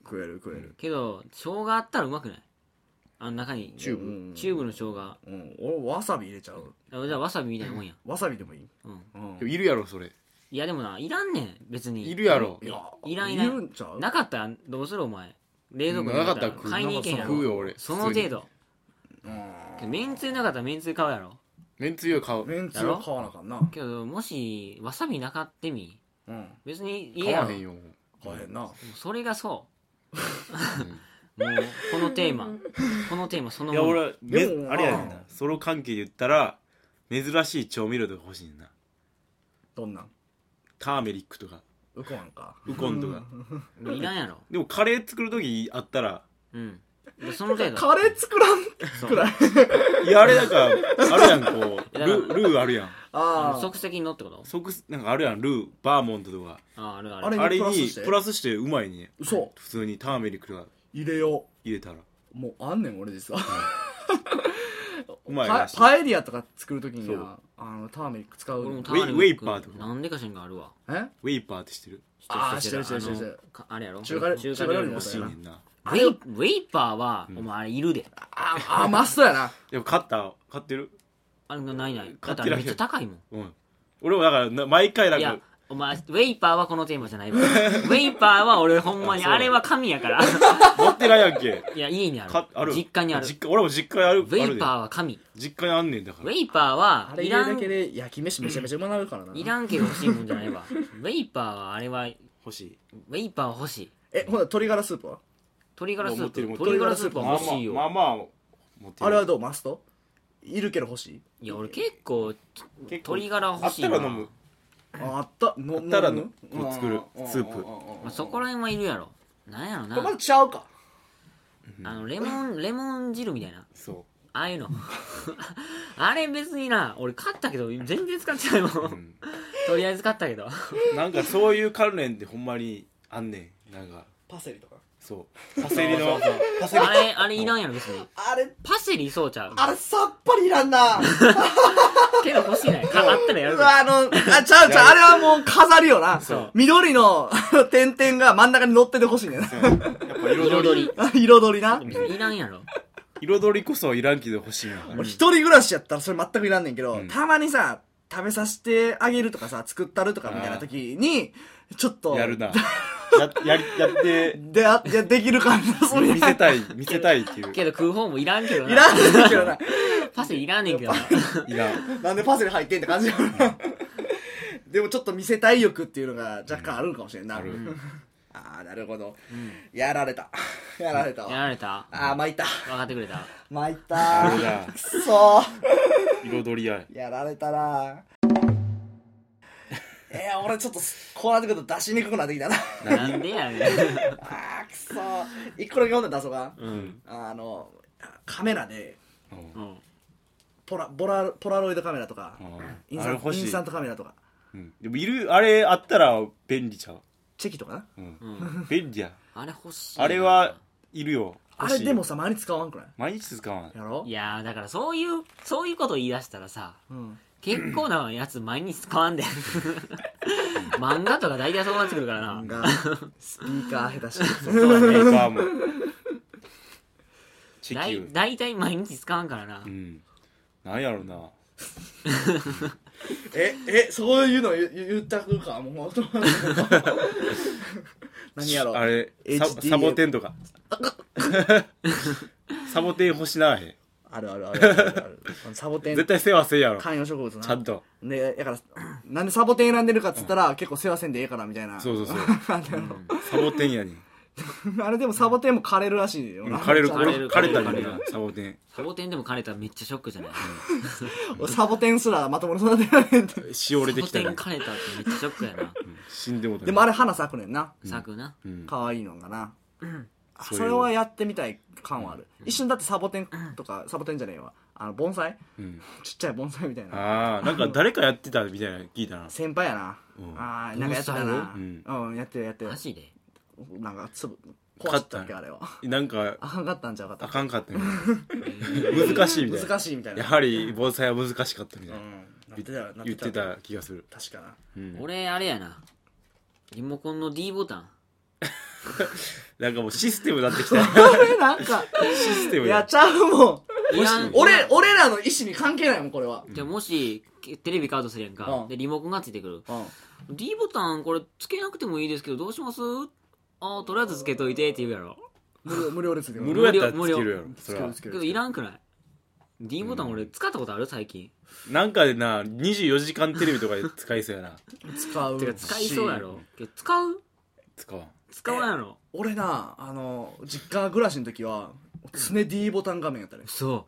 Speaker 3: 食える食える
Speaker 1: けど生姜あったらうまくないあの中に
Speaker 3: チューブ
Speaker 1: チューブの生姜
Speaker 3: うん俺わさび入れちゃう
Speaker 1: あじゃあわさびみたいなもんや、
Speaker 3: わさびでもいい、
Speaker 1: うん、
Speaker 3: うん
Speaker 2: でもいるやろそれ
Speaker 1: いやでもないらんねん別に
Speaker 2: いるやろ
Speaker 3: いや
Speaker 1: いらんいらん
Speaker 3: るんちゃう
Speaker 1: なかったらどうするお前冷蔵庫に
Speaker 2: なかったら食う
Speaker 1: 買いに行けへんや
Speaker 2: 食うよ俺
Speaker 1: その程度
Speaker 3: う
Speaker 1: めんつゆなかったらめんつゆ買うやろ
Speaker 2: めんつゆを買うん
Speaker 3: めんつゆは買わなあかんな
Speaker 1: けどもしわさびなかってみ
Speaker 3: うん
Speaker 1: 別にいい
Speaker 2: 買
Speaker 1: やろ
Speaker 2: わへんよ
Speaker 3: 買えへんな
Speaker 1: それが そうもうこのテーマこのテーマその
Speaker 2: い
Speaker 1: も
Speaker 2: や
Speaker 1: の
Speaker 2: 俺め
Speaker 3: でも
Speaker 2: あれやねんな
Speaker 3: あ
Speaker 2: ソロ関係で言ったら珍しい調味料とか欲しいねんな
Speaker 3: どんなん
Speaker 2: ターメリックとか
Speaker 3: ウコンか
Speaker 2: ウコンとか
Speaker 1: いらんやろ
Speaker 2: でもカレー作る時あったら
Speaker 1: うんでその程度
Speaker 3: カレー作らん
Speaker 1: そう
Speaker 3: くらい
Speaker 2: いやあれなんかあるやんこう
Speaker 1: いや
Speaker 2: ルルーあるやん
Speaker 1: あの
Speaker 3: ああ
Speaker 1: 即席のってこと
Speaker 2: 即なんかあるやんルーバーモントとか
Speaker 1: ああるある
Speaker 3: あれ
Speaker 2: あれ
Speaker 3: プラス
Speaker 2: に
Speaker 3: して
Speaker 2: プラスしてうまいね
Speaker 3: 嘘
Speaker 2: 普通にターメリックとか
Speaker 3: 入れよ
Speaker 2: 入れたら
Speaker 3: うもうあんねん俺実は
Speaker 2: うまい
Speaker 3: パ
Speaker 2: らしい
Speaker 3: パエリアとか作るときに
Speaker 2: そ
Speaker 3: はあのターメリック使
Speaker 1: 俺
Speaker 3: う
Speaker 1: もター
Speaker 2: ウェイ
Speaker 1: メリ
Speaker 2: ウェイ
Speaker 1: ッ
Speaker 2: パー
Speaker 1: ク
Speaker 2: とか
Speaker 1: なんでかしらんがあるわ
Speaker 3: え
Speaker 2: ウェイパーって知ってる
Speaker 3: あー知ってる知ってる
Speaker 1: あの
Speaker 3: 知ってる
Speaker 1: かあれやろ
Speaker 3: 中華料理
Speaker 1: 料理
Speaker 3: 中華料
Speaker 1: の
Speaker 3: 理の
Speaker 2: 欲
Speaker 3: やつ
Speaker 2: しい
Speaker 3: やな
Speaker 2: ねんな
Speaker 1: ウェイウェイパーはお前あれいるで
Speaker 3: ああマストやな
Speaker 2: でも買った買ってる
Speaker 1: あれないないだ
Speaker 2: 買ってて
Speaker 1: っあ
Speaker 2: られ
Speaker 1: れ
Speaker 2: へん
Speaker 1: めっちゃ高いもん
Speaker 2: うん俺もだからな毎回ないん
Speaker 1: や
Speaker 2: か、
Speaker 1: お前、ウェイパーはこのテーマじゃな いわ。ウェイパーは俺ほんまに、
Speaker 2: あそう
Speaker 1: あれは神や から。
Speaker 2: 持ってないやんけ
Speaker 1: いや、家にある。
Speaker 2: かある
Speaker 1: 実家にある。
Speaker 2: 実家俺も実家にある
Speaker 1: ウェイパ
Speaker 2: ある
Speaker 1: ーは神。
Speaker 2: で実家にあんねんだか
Speaker 1: ウ
Speaker 2: ら
Speaker 1: ェイパー
Speaker 3: あ
Speaker 1: は、
Speaker 3: れ
Speaker 1: い
Speaker 3: 入れ
Speaker 1: ら
Speaker 3: るだ
Speaker 1: ん
Speaker 3: け、で焼き飯めちゃめちゃうまなるからない
Speaker 1: らんけど欲しいもんじゃないわ。ウェイパーは、あれは、ウ
Speaker 2: 欲しい
Speaker 1: ェイパーは欲しい。
Speaker 3: えほんなら鶏ガラスープは
Speaker 1: 鶏ガラス
Speaker 2: 持
Speaker 1: ー
Speaker 2: って
Speaker 1: プ。
Speaker 2: る持ってる
Speaker 1: 鶏ガラスープ
Speaker 2: ま
Speaker 1: は
Speaker 2: あ
Speaker 1: 欲しいよ。
Speaker 2: まあまあまあ持ってる
Speaker 3: あれはどうマストいるけど欲しい
Speaker 1: いや、俺結構、
Speaker 2: 結構
Speaker 1: 鶏ガラ欲しいな。
Speaker 2: あったら飲む
Speaker 3: ああったの
Speaker 2: あったらの
Speaker 3: 飲む
Speaker 2: こう作る
Speaker 3: うん
Speaker 2: スープ
Speaker 3: うんうんうんうん
Speaker 1: まあそこら辺はいるやろ。なんやろ
Speaker 3: これま
Speaker 1: な
Speaker 3: だ。ちゃうか
Speaker 1: あの、レモン、レモン汁みたいな。
Speaker 2: そ
Speaker 1: ああいうの。 あれ別にな、俺買ったけど、全然使ってないも。
Speaker 2: う、うんん
Speaker 1: とりあえず買ったけど。
Speaker 2: なんかそういう関連ってほんまにあんねんなんか
Speaker 3: パセリとか
Speaker 2: そうパセリのパセリ
Speaker 1: あれ、あれいらんやろ、別に。
Speaker 3: あれ
Speaker 1: パセリそうちゃう。
Speaker 3: あれさっぱりいらんな
Speaker 1: けど欲しいね。かあったらや
Speaker 3: う
Speaker 1: るで。
Speaker 3: わあのあちゃうちゃうあれはもう飾りよな
Speaker 1: そう
Speaker 3: 緑のあの点々が真ん中に乗っててほしいねんな
Speaker 2: やっぱ彩
Speaker 1: 彩
Speaker 2: り
Speaker 1: り。
Speaker 3: あ彩り な
Speaker 1: いらんやろ。
Speaker 2: 彩りこそいらんけど欲しいな
Speaker 3: 俺一人暮らしやったらそれ全くいらんねんけど、
Speaker 2: うん
Speaker 3: たまにさ食べさせてあげるとかさ作ったるとかみたいな時にちょっと
Speaker 2: や るなややりやって
Speaker 3: であいやできる感じがするやん
Speaker 2: 見せ たい見せたいっていう
Speaker 1: けど食う方もいらんけどな。
Speaker 3: いらんねんけどな
Speaker 1: パセリいらんねんけどな。
Speaker 2: いらん
Speaker 3: なんでパセリ入ってんって感じやろなでもちょっと見せたい欲っていうのが若干あるんかもしれんな、
Speaker 2: ある
Speaker 3: ああなるほど、やられたやられたわ、
Speaker 1: やられた
Speaker 3: ああ参った
Speaker 1: 分かってくれた。
Speaker 3: 参った
Speaker 2: あ
Speaker 3: ー
Speaker 2: れだ
Speaker 3: くそー
Speaker 2: 彩りや
Speaker 3: やられ たなえー、俺ちょっとこうなってくると出しにくくなってきたな
Speaker 1: なん でやねん。
Speaker 3: あーくそー一個だけ読んで出そうか
Speaker 1: うん。
Speaker 3: あのカメラで
Speaker 2: うん
Speaker 1: うん。
Speaker 3: ポラボラポラロイドカメラとかイン
Speaker 2: あ
Speaker 3: スタ
Speaker 2: れ
Speaker 3: ント
Speaker 2: 欲
Speaker 3: イン
Speaker 2: しい
Speaker 3: スタントカメラとか
Speaker 2: うんでもいるあれあったら便利ちゃう
Speaker 3: チェキとかな
Speaker 2: うん
Speaker 1: うん
Speaker 2: 便利や
Speaker 1: あれ欲しいな。
Speaker 2: あれはいるよ
Speaker 3: あ
Speaker 2: 欲し
Speaker 3: れ
Speaker 2: い
Speaker 3: でもさ毎日使わんくない
Speaker 2: 毎日使わない
Speaker 3: やろ
Speaker 1: いやー、だからそういう、そういうこと言い出したらさ、
Speaker 3: うん
Speaker 1: 結構なやつ毎日 使わんで。漫画とか大体そうなってくるからな。
Speaker 3: が スピーカー下手し
Speaker 2: メーカー もチ
Speaker 1: だ
Speaker 2: キ
Speaker 1: い
Speaker 2: ュ
Speaker 1: 大体毎日使わんからな
Speaker 2: う。んなんやろうな
Speaker 3: ええそういうの言言ったくるかもう本当 何やろ
Speaker 2: あれサ
Speaker 3: HDF
Speaker 2: サボテン とかサボテン欲しなへ
Speaker 3: あるあるあるあるあるあのサボテ
Speaker 2: ん
Speaker 3: ン
Speaker 2: 絶対世話せえやろち
Speaker 3: 観葉植物な
Speaker 2: ゃんと
Speaker 3: ねだからなんでサボテン選んでるかっつったら、結構世話せんでええからみたいな
Speaker 2: そうそうそう
Speaker 3: あの
Speaker 2: サボテンやねん
Speaker 3: あれでもサボテンも枯れるらしいよな、
Speaker 2: 枯れる
Speaker 1: 枯
Speaker 2: 枯
Speaker 1: れ
Speaker 2: れ
Speaker 1: る
Speaker 2: る枯れたり
Speaker 1: 枯れ
Speaker 2: な
Speaker 1: る
Speaker 2: サボテン
Speaker 1: サボテンでも枯れたらめっちゃショックじゃない
Speaker 3: 俺サボテンすらまともに育てられんって
Speaker 2: しおれて
Speaker 1: サボ
Speaker 2: きた
Speaker 1: テン
Speaker 2: り
Speaker 1: 枯れたってめっちゃショックやな。
Speaker 2: 死んでもうたり
Speaker 3: でもあれ花咲くねんな
Speaker 1: 咲くな。
Speaker 2: うん
Speaker 3: 可愛いのがな、あ
Speaker 2: そう
Speaker 3: そ
Speaker 2: いう
Speaker 3: れはやってみたい感はある、一瞬だってサボテンとか、サボテンじゃねえわあの盆栽
Speaker 2: うん
Speaker 3: ちっちゃい盆栽みたいな
Speaker 2: ああなんか誰かやってたみたいなの聞いたな
Speaker 3: 先輩やな、
Speaker 2: うん
Speaker 3: ああなんかやってたなう
Speaker 2: 盆栽、
Speaker 3: んやってるやってる
Speaker 1: マジで
Speaker 3: なんか粒壊しちゃったっけあれは
Speaker 2: なんか
Speaker 3: あかんかったんちゃうかっ
Speaker 2: あ
Speaker 3: た
Speaker 2: かんかった みたいな難しいみたいな
Speaker 3: 難しいみたいな
Speaker 2: やはり盆栽は難しかったみたいな
Speaker 3: うんなってたよな
Speaker 2: 言って
Speaker 3: よ
Speaker 2: た気がする
Speaker 3: 確かな
Speaker 2: うん
Speaker 1: 俺あれやなリモコンの D ボタン
Speaker 2: なんかもうシステムにな ってきたよ
Speaker 3: 俺なんか
Speaker 2: システム
Speaker 3: いや
Speaker 2: や
Speaker 3: ちゃうもん
Speaker 1: いらん
Speaker 3: 俺俺らの意思に関係ないもんこれは
Speaker 1: じゃあもしけテレビ買うとするやんか、
Speaker 3: うん
Speaker 1: でリモコンがついてくる
Speaker 3: うん、
Speaker 1: D ボタンこれつけなくてもいいですけどどうしますあーとりあえずつけといてって言うやろ
Speaker 3: 無料無料ですけど
Speaker 2: 無料やったらつ
Speaker 1: 無料
Speaker 2: けるやろ
Speaker 3: つ
Speaker 2: そ
Speaker 3: け
Speaker 2: れは
Speaker 3: るつけ
Speaker 1: け
Speaker 3: る
Speaker 1: どいらんくない D ボタン俺使ったことある最近
Speaker 2: なんかでな24時間テレビとかで使いそうやな
Speaker 3: 使う
Speaker 1: てか使いそうやろけど使う
Speaker 2: 使わん
Speaker 1: 使わんやろ
Speaker 3: 俺なあの実家暮らしの時は常 D ボタン画面やったね
Speaker 1: そ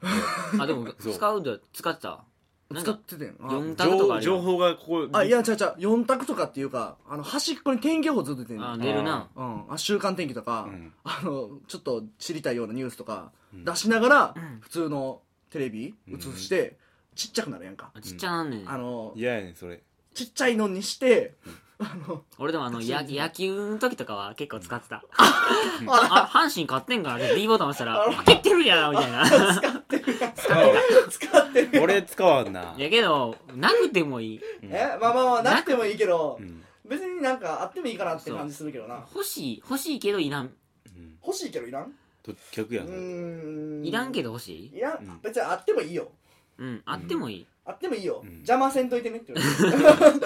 Speaker 1: うあでも
Speaker 2: そう
Speaker 1: 使うんだよ使ってたなん
Speaker 3: 使っ
Speaker 1: か
Speaker 3: てたよな
Speaker 1: 4択と
Speaker 2: 情
Speaker 1: かあるやん
Speaker 2: 情報がここ
Speaker 3: あいや違う違う4択とかっていうかあの端っこに天気予報ずっと出てんの
Speaker 1: あ出るな
Speaker 3: うん、あ週間天気とか、
Speaker 2: うん
Speaker 3: あのちょっと知りたいようなニュースとか
Speaker 2: うん
Speaker 3: 出しながら、
Speaker 1: ん
Speaker 3: 普通のテレビ映して、ちっちゃくなるやんか、
Speaker 1: あちっちゃなんねん
Speaker 3: あの
Speaker 2: 嫌やねんそれ
Speaker 3: ちっちゃいのにして、
Speaker 1: 俺でもあのや野球の時とかは結構使ってた
Speaker 3: あ
Speaker 1: あ阪神勝ってんからね D ボタン押したら「蹴ってるやん」みたいな
Speaker 3: 使ってる
Speaker 2: 俺使わんな、
Speaker 1: やけどなくてもいい
Speaker 2: うん
Speaker 3: えまあまあまあなくてもいいけど、
Speaker 2: うん
Speaker 3: 別になんかあってもいいかなって感じするけどな
Speaker 1: 欲しい欲しいけどいらん
Speaker 2: うん、
Speaker 3: 欲しいけどいらん
Speaker 2: と客や
Speaker 3: う
Speaker 2: それ
Speaker 3: ーん
Speaker 1: いらんけ
Speaker 3: ど
Speaker 1: ど欲しい
Speaker 3: いらん、
Speaker 2: うん
Speaker 3: 別にあってもいいよ
Speaker 1: うんあってもいい
Speaker 3: あってもいいよ、
Speaker 2: うん
Speaker 3: 邪魔せんといてねって言 われてい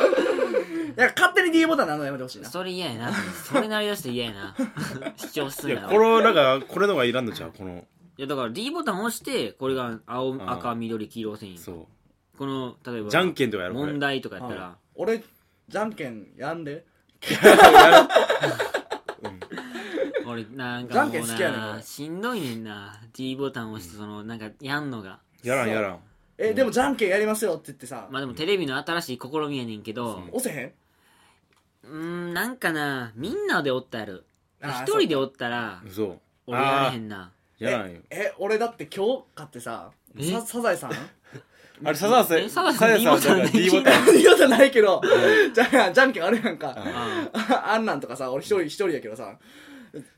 Speaker 3: や勝手に D ボタンなのやめてほしいな
Speaker 1: それ嫌やなそれなりだして嫌やな 主張す
Speaker 2: い
Speaker 1: んな
Speaker 2: や
Speaker 1: よ
Speaker 2: これなんかこれのがいらんのちゃうこの
Speaker 1: いやだから D ボタン押してこれが青
Speaker 2: ん
Speaker 1: 赤緑黄色押せんやん
Speaker 2: そ
Speaker 1: この例えば
Speaker 2: うじゃんけんとかやろこれ
Speaker 1: 問題とかやったら
Speaker 3: 俺じゃんけんやんで
Speaker 1: 俺なん
Speaker 3: じゃ
Speaker 1: か
Speaker 3: んけん
Speaker 1: も
Speaker 3: 好
Speaker 1: う
Speaker 3: きやねん
Speaker 1: な
Speaker 3: 俺
Speaker 1: しんどいねんな D ボタン押してそのなんかやんのが
Speaker 2: やらんやらん
Speaker 3: えでもじゃんけんやりますよって言ってさ、
Speaker 1: まあでもテレビの新しい試みやねんけど
Speaker 2: そう
Speaker 3: 押せへん
Speaker 1: うーんなんかなみんなでおったやる
Speaker 3: あー
Speaker 1: 一人でおったら
Speaker 2: そう
Speaker 1: 俺やらへんな
Speaker 2: やらんよ
Speaker 3: え俺だって今日買ってさ
Speaker 1: え
Speaker 3: さサザエさん
Speaker 2: あれサザ
Speaker 1: え
Speaker 2: エ
Speaker 1: サ
Speaker 2: さ
Speaker 1: ザエ
Speaker 2: ん
Speaker 1: さん
Speaker 2: サザエさんだから
Speaker 1: D
Speaker 2: D
Speaker 1: ボ
Speaker 2: ボ
Speaker 1: タ
Speaker 2: タ
Speaker 1: ン
Speaker 2: ン
Speaker 3: 言うじゃないけどじゃあじゃんけんあるやんか
Speaker 1: あ
Speaker 3: ああんなんとかさ俺一人一人やけどさ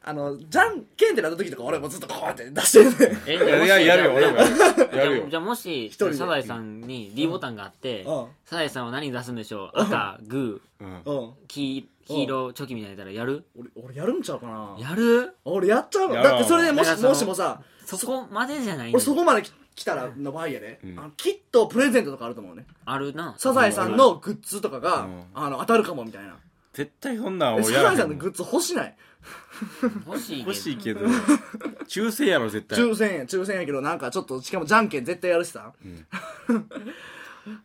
Speaker 3: あのじゃんけんってなった時とか俺もずっとこうやって出してるね
Speaker 1: え
Speaker 2: いやいややるよ俺もやる
Speaker 1: じゃあ
Speaker 2: やるよ
Speaker 1: じゃあもし
Speaker 3: 人で
Speaker 1: サザエさんに D ボタンがあって
Speaker 3: うん
Speaker 1: サザエさんは何出すんでしょう赤グ
Speaker 2: うん
Speaker 3: うん
Speaker 1: ー黄黄色チョキみたいなやったらやる
Speaker 3: 俺俺やるんちゃうかな
Speaker 1: やる
Speaker 3: 俺やっちゃうの
Speaker 2: やろう
Speaker 3: だってそれでも
Speaker 1: いや
Speaker 3: し
Speaker 1: その
Speaker 3: もしもさ
Speaker 1: そこまでじゃないの
Speaker 3: 俺そこまでき来たらの場合やで、
Speaker 2: うん
Speaker 3: あのきっとプレゼントとかあると思うね
Speaker 1: あるな
Speaker 3: サザエさんのグッズとかが、
Speaker 2: うん
Speaker 3: あの当たるかもみたいな、
Speaker 2: 絶対そんなん
Speaker 3: え
Speaker 2: 俺
Speaker 3: サ
Speaker 2: やら
Speaker 3: ザ
Speaker 2: へ
Speaker 3: エ
Speaker 2: ん
Speaker 3: さんのグッズ欲しない
Speaker 1: 欲しいけど
Speaker 2: 欲しいけど抽選やろ絶対
Speaker 3: 抽選や抽選やけどなんかちょっとしかもじゃんけん絶対やるしさ、
Speaker 2: ん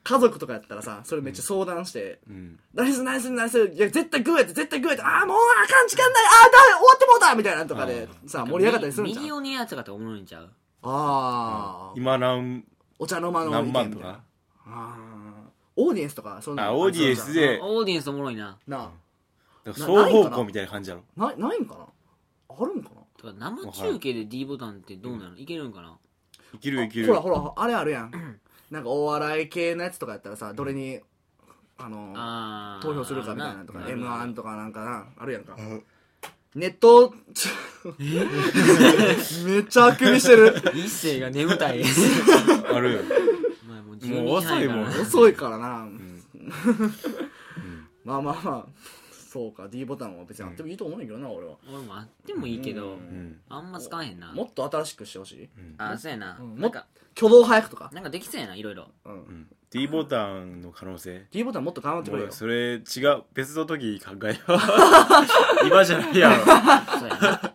Speaker 3: 家族とかやったらさそれめっちゃ相談して
Speaker 2: うん
Speaker 3: 「何する何する何するいや絶対グーやって絶対グーやってああもうあかん時間ないああだ終わってもうた!」みたいなのとかでさ盛り上がったりするん
Speaker 1: ミ
Speaker 3: じゃ
Speaker 1: ミリ
Speaker 3: ん
Speaker 1: オネアとかっておもろいんちゃう
Speaker 3: ああ、
Speaker 2: 今何
Speaker 3: お茶の間の意
Speaker 2: 何
Speaker 3: 見
Speaker 2: 万
Speaker 3: み
Speaker 2: と
Speaker 3: たいな
Speaker 2: か
Speaker 3: あーオーディエンスとかそんな
Speaker 2: あオーディエンスで
Speaker 1: あオーディエンスおもろいな
Speaker 3: な
Speaker 2: だから双方向みたいな感じやろ
Speaker 3: なないんかなあるんかな
Speaker 1: とか生中継で D ボタンってどうなのいけるんかない
Speaker 2: けるいける
Speaker 3: ほらほらあれあるやんなんかお笑い系のやつとかやったらさどれにあの
Speaker 1: あー
Speaker 3: 投票するかみたいなのとか
Speaker 1: ある
Speaker 3: m
Speaker 1: な
Speaker 3: 1とかなんかなあるやんかネット めっちゃあくびしてる
Speaker 1: 一世が眠たい
Speaker 2: あるよ
Speaker 1: お前もう
Speaker 2: もう
Speaker 1: 12
Speaker 2: 遅い
Speaker 1: 歳
Speaker 2: もん
Speaker 1: から
Speaker 3: 遅いからな
Speaker 2: うん
Speaker 3: まあまあまあそうか D ボタンは別にあってもいいと思うんやけどな俺は
Speaker 1: 俺もあってもいいけ
Speaker 3: う
Speaker 1: ど
Speaker 2: うんん
Speaker 1: あんま使わへんな
Speaker 3: もっと新しくしてほしい
Speaker 1: あそうやな
Speaker 3: うん
Speaker 1: なんか
Speaker 3: 挙動早くとか
Speaker 1: なんかできそうやないろいろ
Speaker 3: うん
Speaker 2: うん D ボタンの可能性
Speaker 3: D ボタンもっと頑張ってくれよ
Speaker 2: 俺それ違う別の時考えよう今じゃないやろ
Speaker 1: そうやな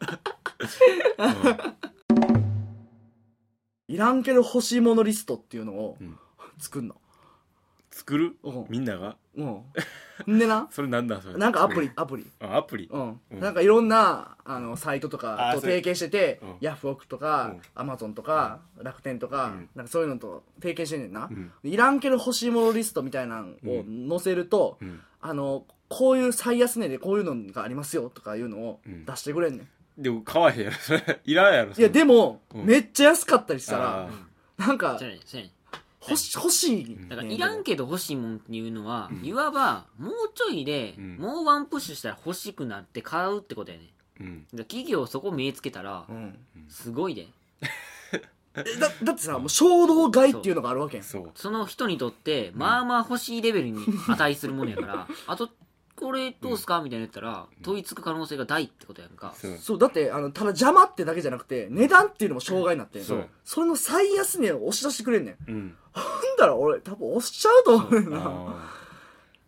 Speaker 3: いらんけど欲しいものリストっていうのを
Speaker 2: うん
Speaker 3: 作んの
Speaker 2: 作る
Speaker 3: うん
Speaker 2: みんなが
Speaker 3: うんで な
Speaker 2: それなんだそれ
Speaker 3: なんかアプリアプリ
Speaker 2: あアプリ
Speaker 3: うん、
Speaker 2: うん
Speaker 3: なんかいろんなあのサイトとか
Speaker 2: あ
Speaker 3: と
Speaker 2: そう
Speaker 3: 提携してて、
Speaker 2: うん
Speaker 3: ヤフオクとか、アマゾンとか、楽天とか、
Speaker 2: うん
Speaker 3: なんかそういうのと提携してんねんな、
Speaker 2: ん
Speaker 3: いらんけど欲しいものリストみたいなのを載せると、
Speaker 2: うん
Speaker 3: あのこういう最安値でこういうのがありますよとかいうのを
Speaker 2: うん
Speaker 3: 出してくれんねん、
Speaker 2: でも買わへんやろそれいらんやろ
Speaker 3: いやでも、
Speaker 2: うん
Speaker 3: めっちゃ安かったりし
Speaker 2: それ
Speaker 3: た
Speaker 2: あ
Speaker 3: ら
Speaker 2: ー
Speaker 3: なんか
Speaker 1: そうやねそうやね
Speaker 3: 欲し欲しいねん
Speaker 1: だからいらんけど欲しいもんっていうのは、いわばもうちょいで、
Speaker 2: うん
Speaker 1: もうワンプッシュしたら欲しくなって買うってことやね
Speaker 2: うん
Speaker 1: だから企業そこ目つけたら
Speaker 3: うん、
Speaker 1: すごいで
Speaker 3: えだだってさもう衝動買いっていうのがあるわけやん
Speaker 2: そう
Speaker 1: その人にとってまあまあ欲しいレベルに値するものやから あとこれどうすかみたいなやったら問いつく可能性が大ってことやんか
Speaker 2: そう
Speaker 3: そう、だって、あの、ただ邪魔ってだけじゃなくて、値段っていうのも障害になってん
Speaker 2: そう
Speaker 3: それの最安値を押し出してくれんねん。
Speaker 2: うん
Speaker 3: なんだろ、俺、多分押しちゃうと思うねんな。っ
Speaker 2: あ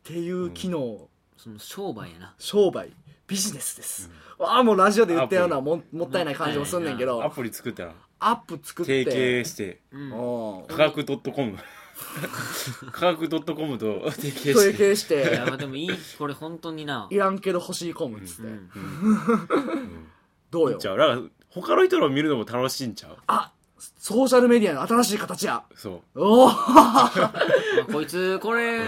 Speaker 3: ていう機能、
Speaker 1: その商売やな
Speaker 3: 商売、ビジネスです。わあ、もうラジオで言ったような
Speaker 2: ア
Speaker 3: もん、もったいない感じもすんねんけ
Speaker 2: ーア
Speaker 3: ど、
Speaker 2: プリ作ったら
Speaker 3: アップ作っ
Speaker 2: 提
Speaker 3: て
Speaker 2: 携して
Speaker 1: うん
Speaker 3: うん
Speaker 2: 科学 .com 科学 .com と提携し
Speaker 3: 提
Speaker 2: て
Speaker 3: 携し
Speaker 1: い
Speaker 3: て
Speaker 1: やまあでもいいこれ本当にない
Speaker 3: らんけど欲しい込むっつ
Speaker 1: う
Speaker 3: って、
Speaker 1: ん
Speaker 3: どう
Speaker 2: うん
Speaker 3: よ
Speaker 2: ちゃうだから他の人の見るのも楽しいんちゃう
Speaker 3: あソーシャルメディアの新しい形や
Speaker 2: そ
Speaker 3: おお
Speaker 1: まあこいつこれな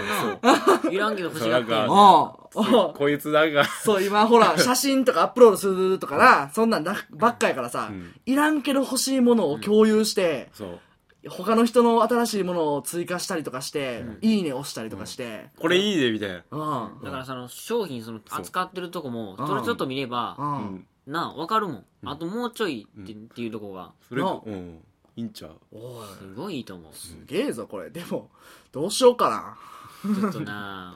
Speaker 1: いらんけど欲しがって
Speaker 2: そう
Speaker 1: ん
Speaker 2: なんか
Speaker 1: の
Speaker 3: お
Speaker 2: う
Speaker 3: お
Speaker 2: こいつなんか
Speaker 3: そう今ほら写真とかアップロードするとかなそんなんなばっかやからさ、
Speaker 2: うん
Speaker 3: いらんけど欲しいものを共有して、
Speaker 2: そう
Speaker 3: 他の人の新しいものを追加したりとかして、いいね押したりとかして、
Speaker 2: これいいでみたいな
Speaker 3: うん、
Speaker 1: だからその商品その
Speaker 2: そう
Speaker 1: 扱ってるとこも
Speaker 3: うん
Speaker 1: それちょっと見れ
Speaker 3: う、
Speaker 1: ば
Speaker 2: うんん
Speaker 1: なあわかるもんあともうちょいって,、
Speaker 2: う
Speaker 1: っていうとこが
Speaker 2: それ
Speaker 3: なあ
Speaker 2: うんいいんちゃう
Speaker 3: おい
Speaker 1: すごいいいと思う
Speaker 3: すげえぞこれでもどうしようかな
Speaker 1: ちょっと な